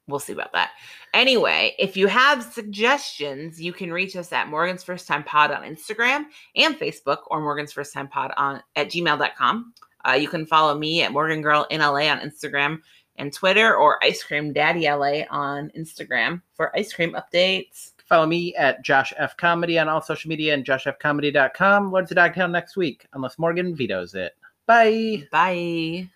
S2: we'll see about that. Anyway, if you have suggestions, you can reach us at Morgan's First Time Pod on Instagram and Facebook or Morgan's First Time Pod on at gmail.com. Uh, you can follow me at Morgan Girl in LA on Instagram and Twitter or Ice Cream Daddy LA on Instagram for ice cream updates.
S1: Follow me at Josh F. Comedy on all social media and joshfcomedy.com. Lords of Dogtown next week, unless Morgan vetoes it. Bye.
S2: Bye.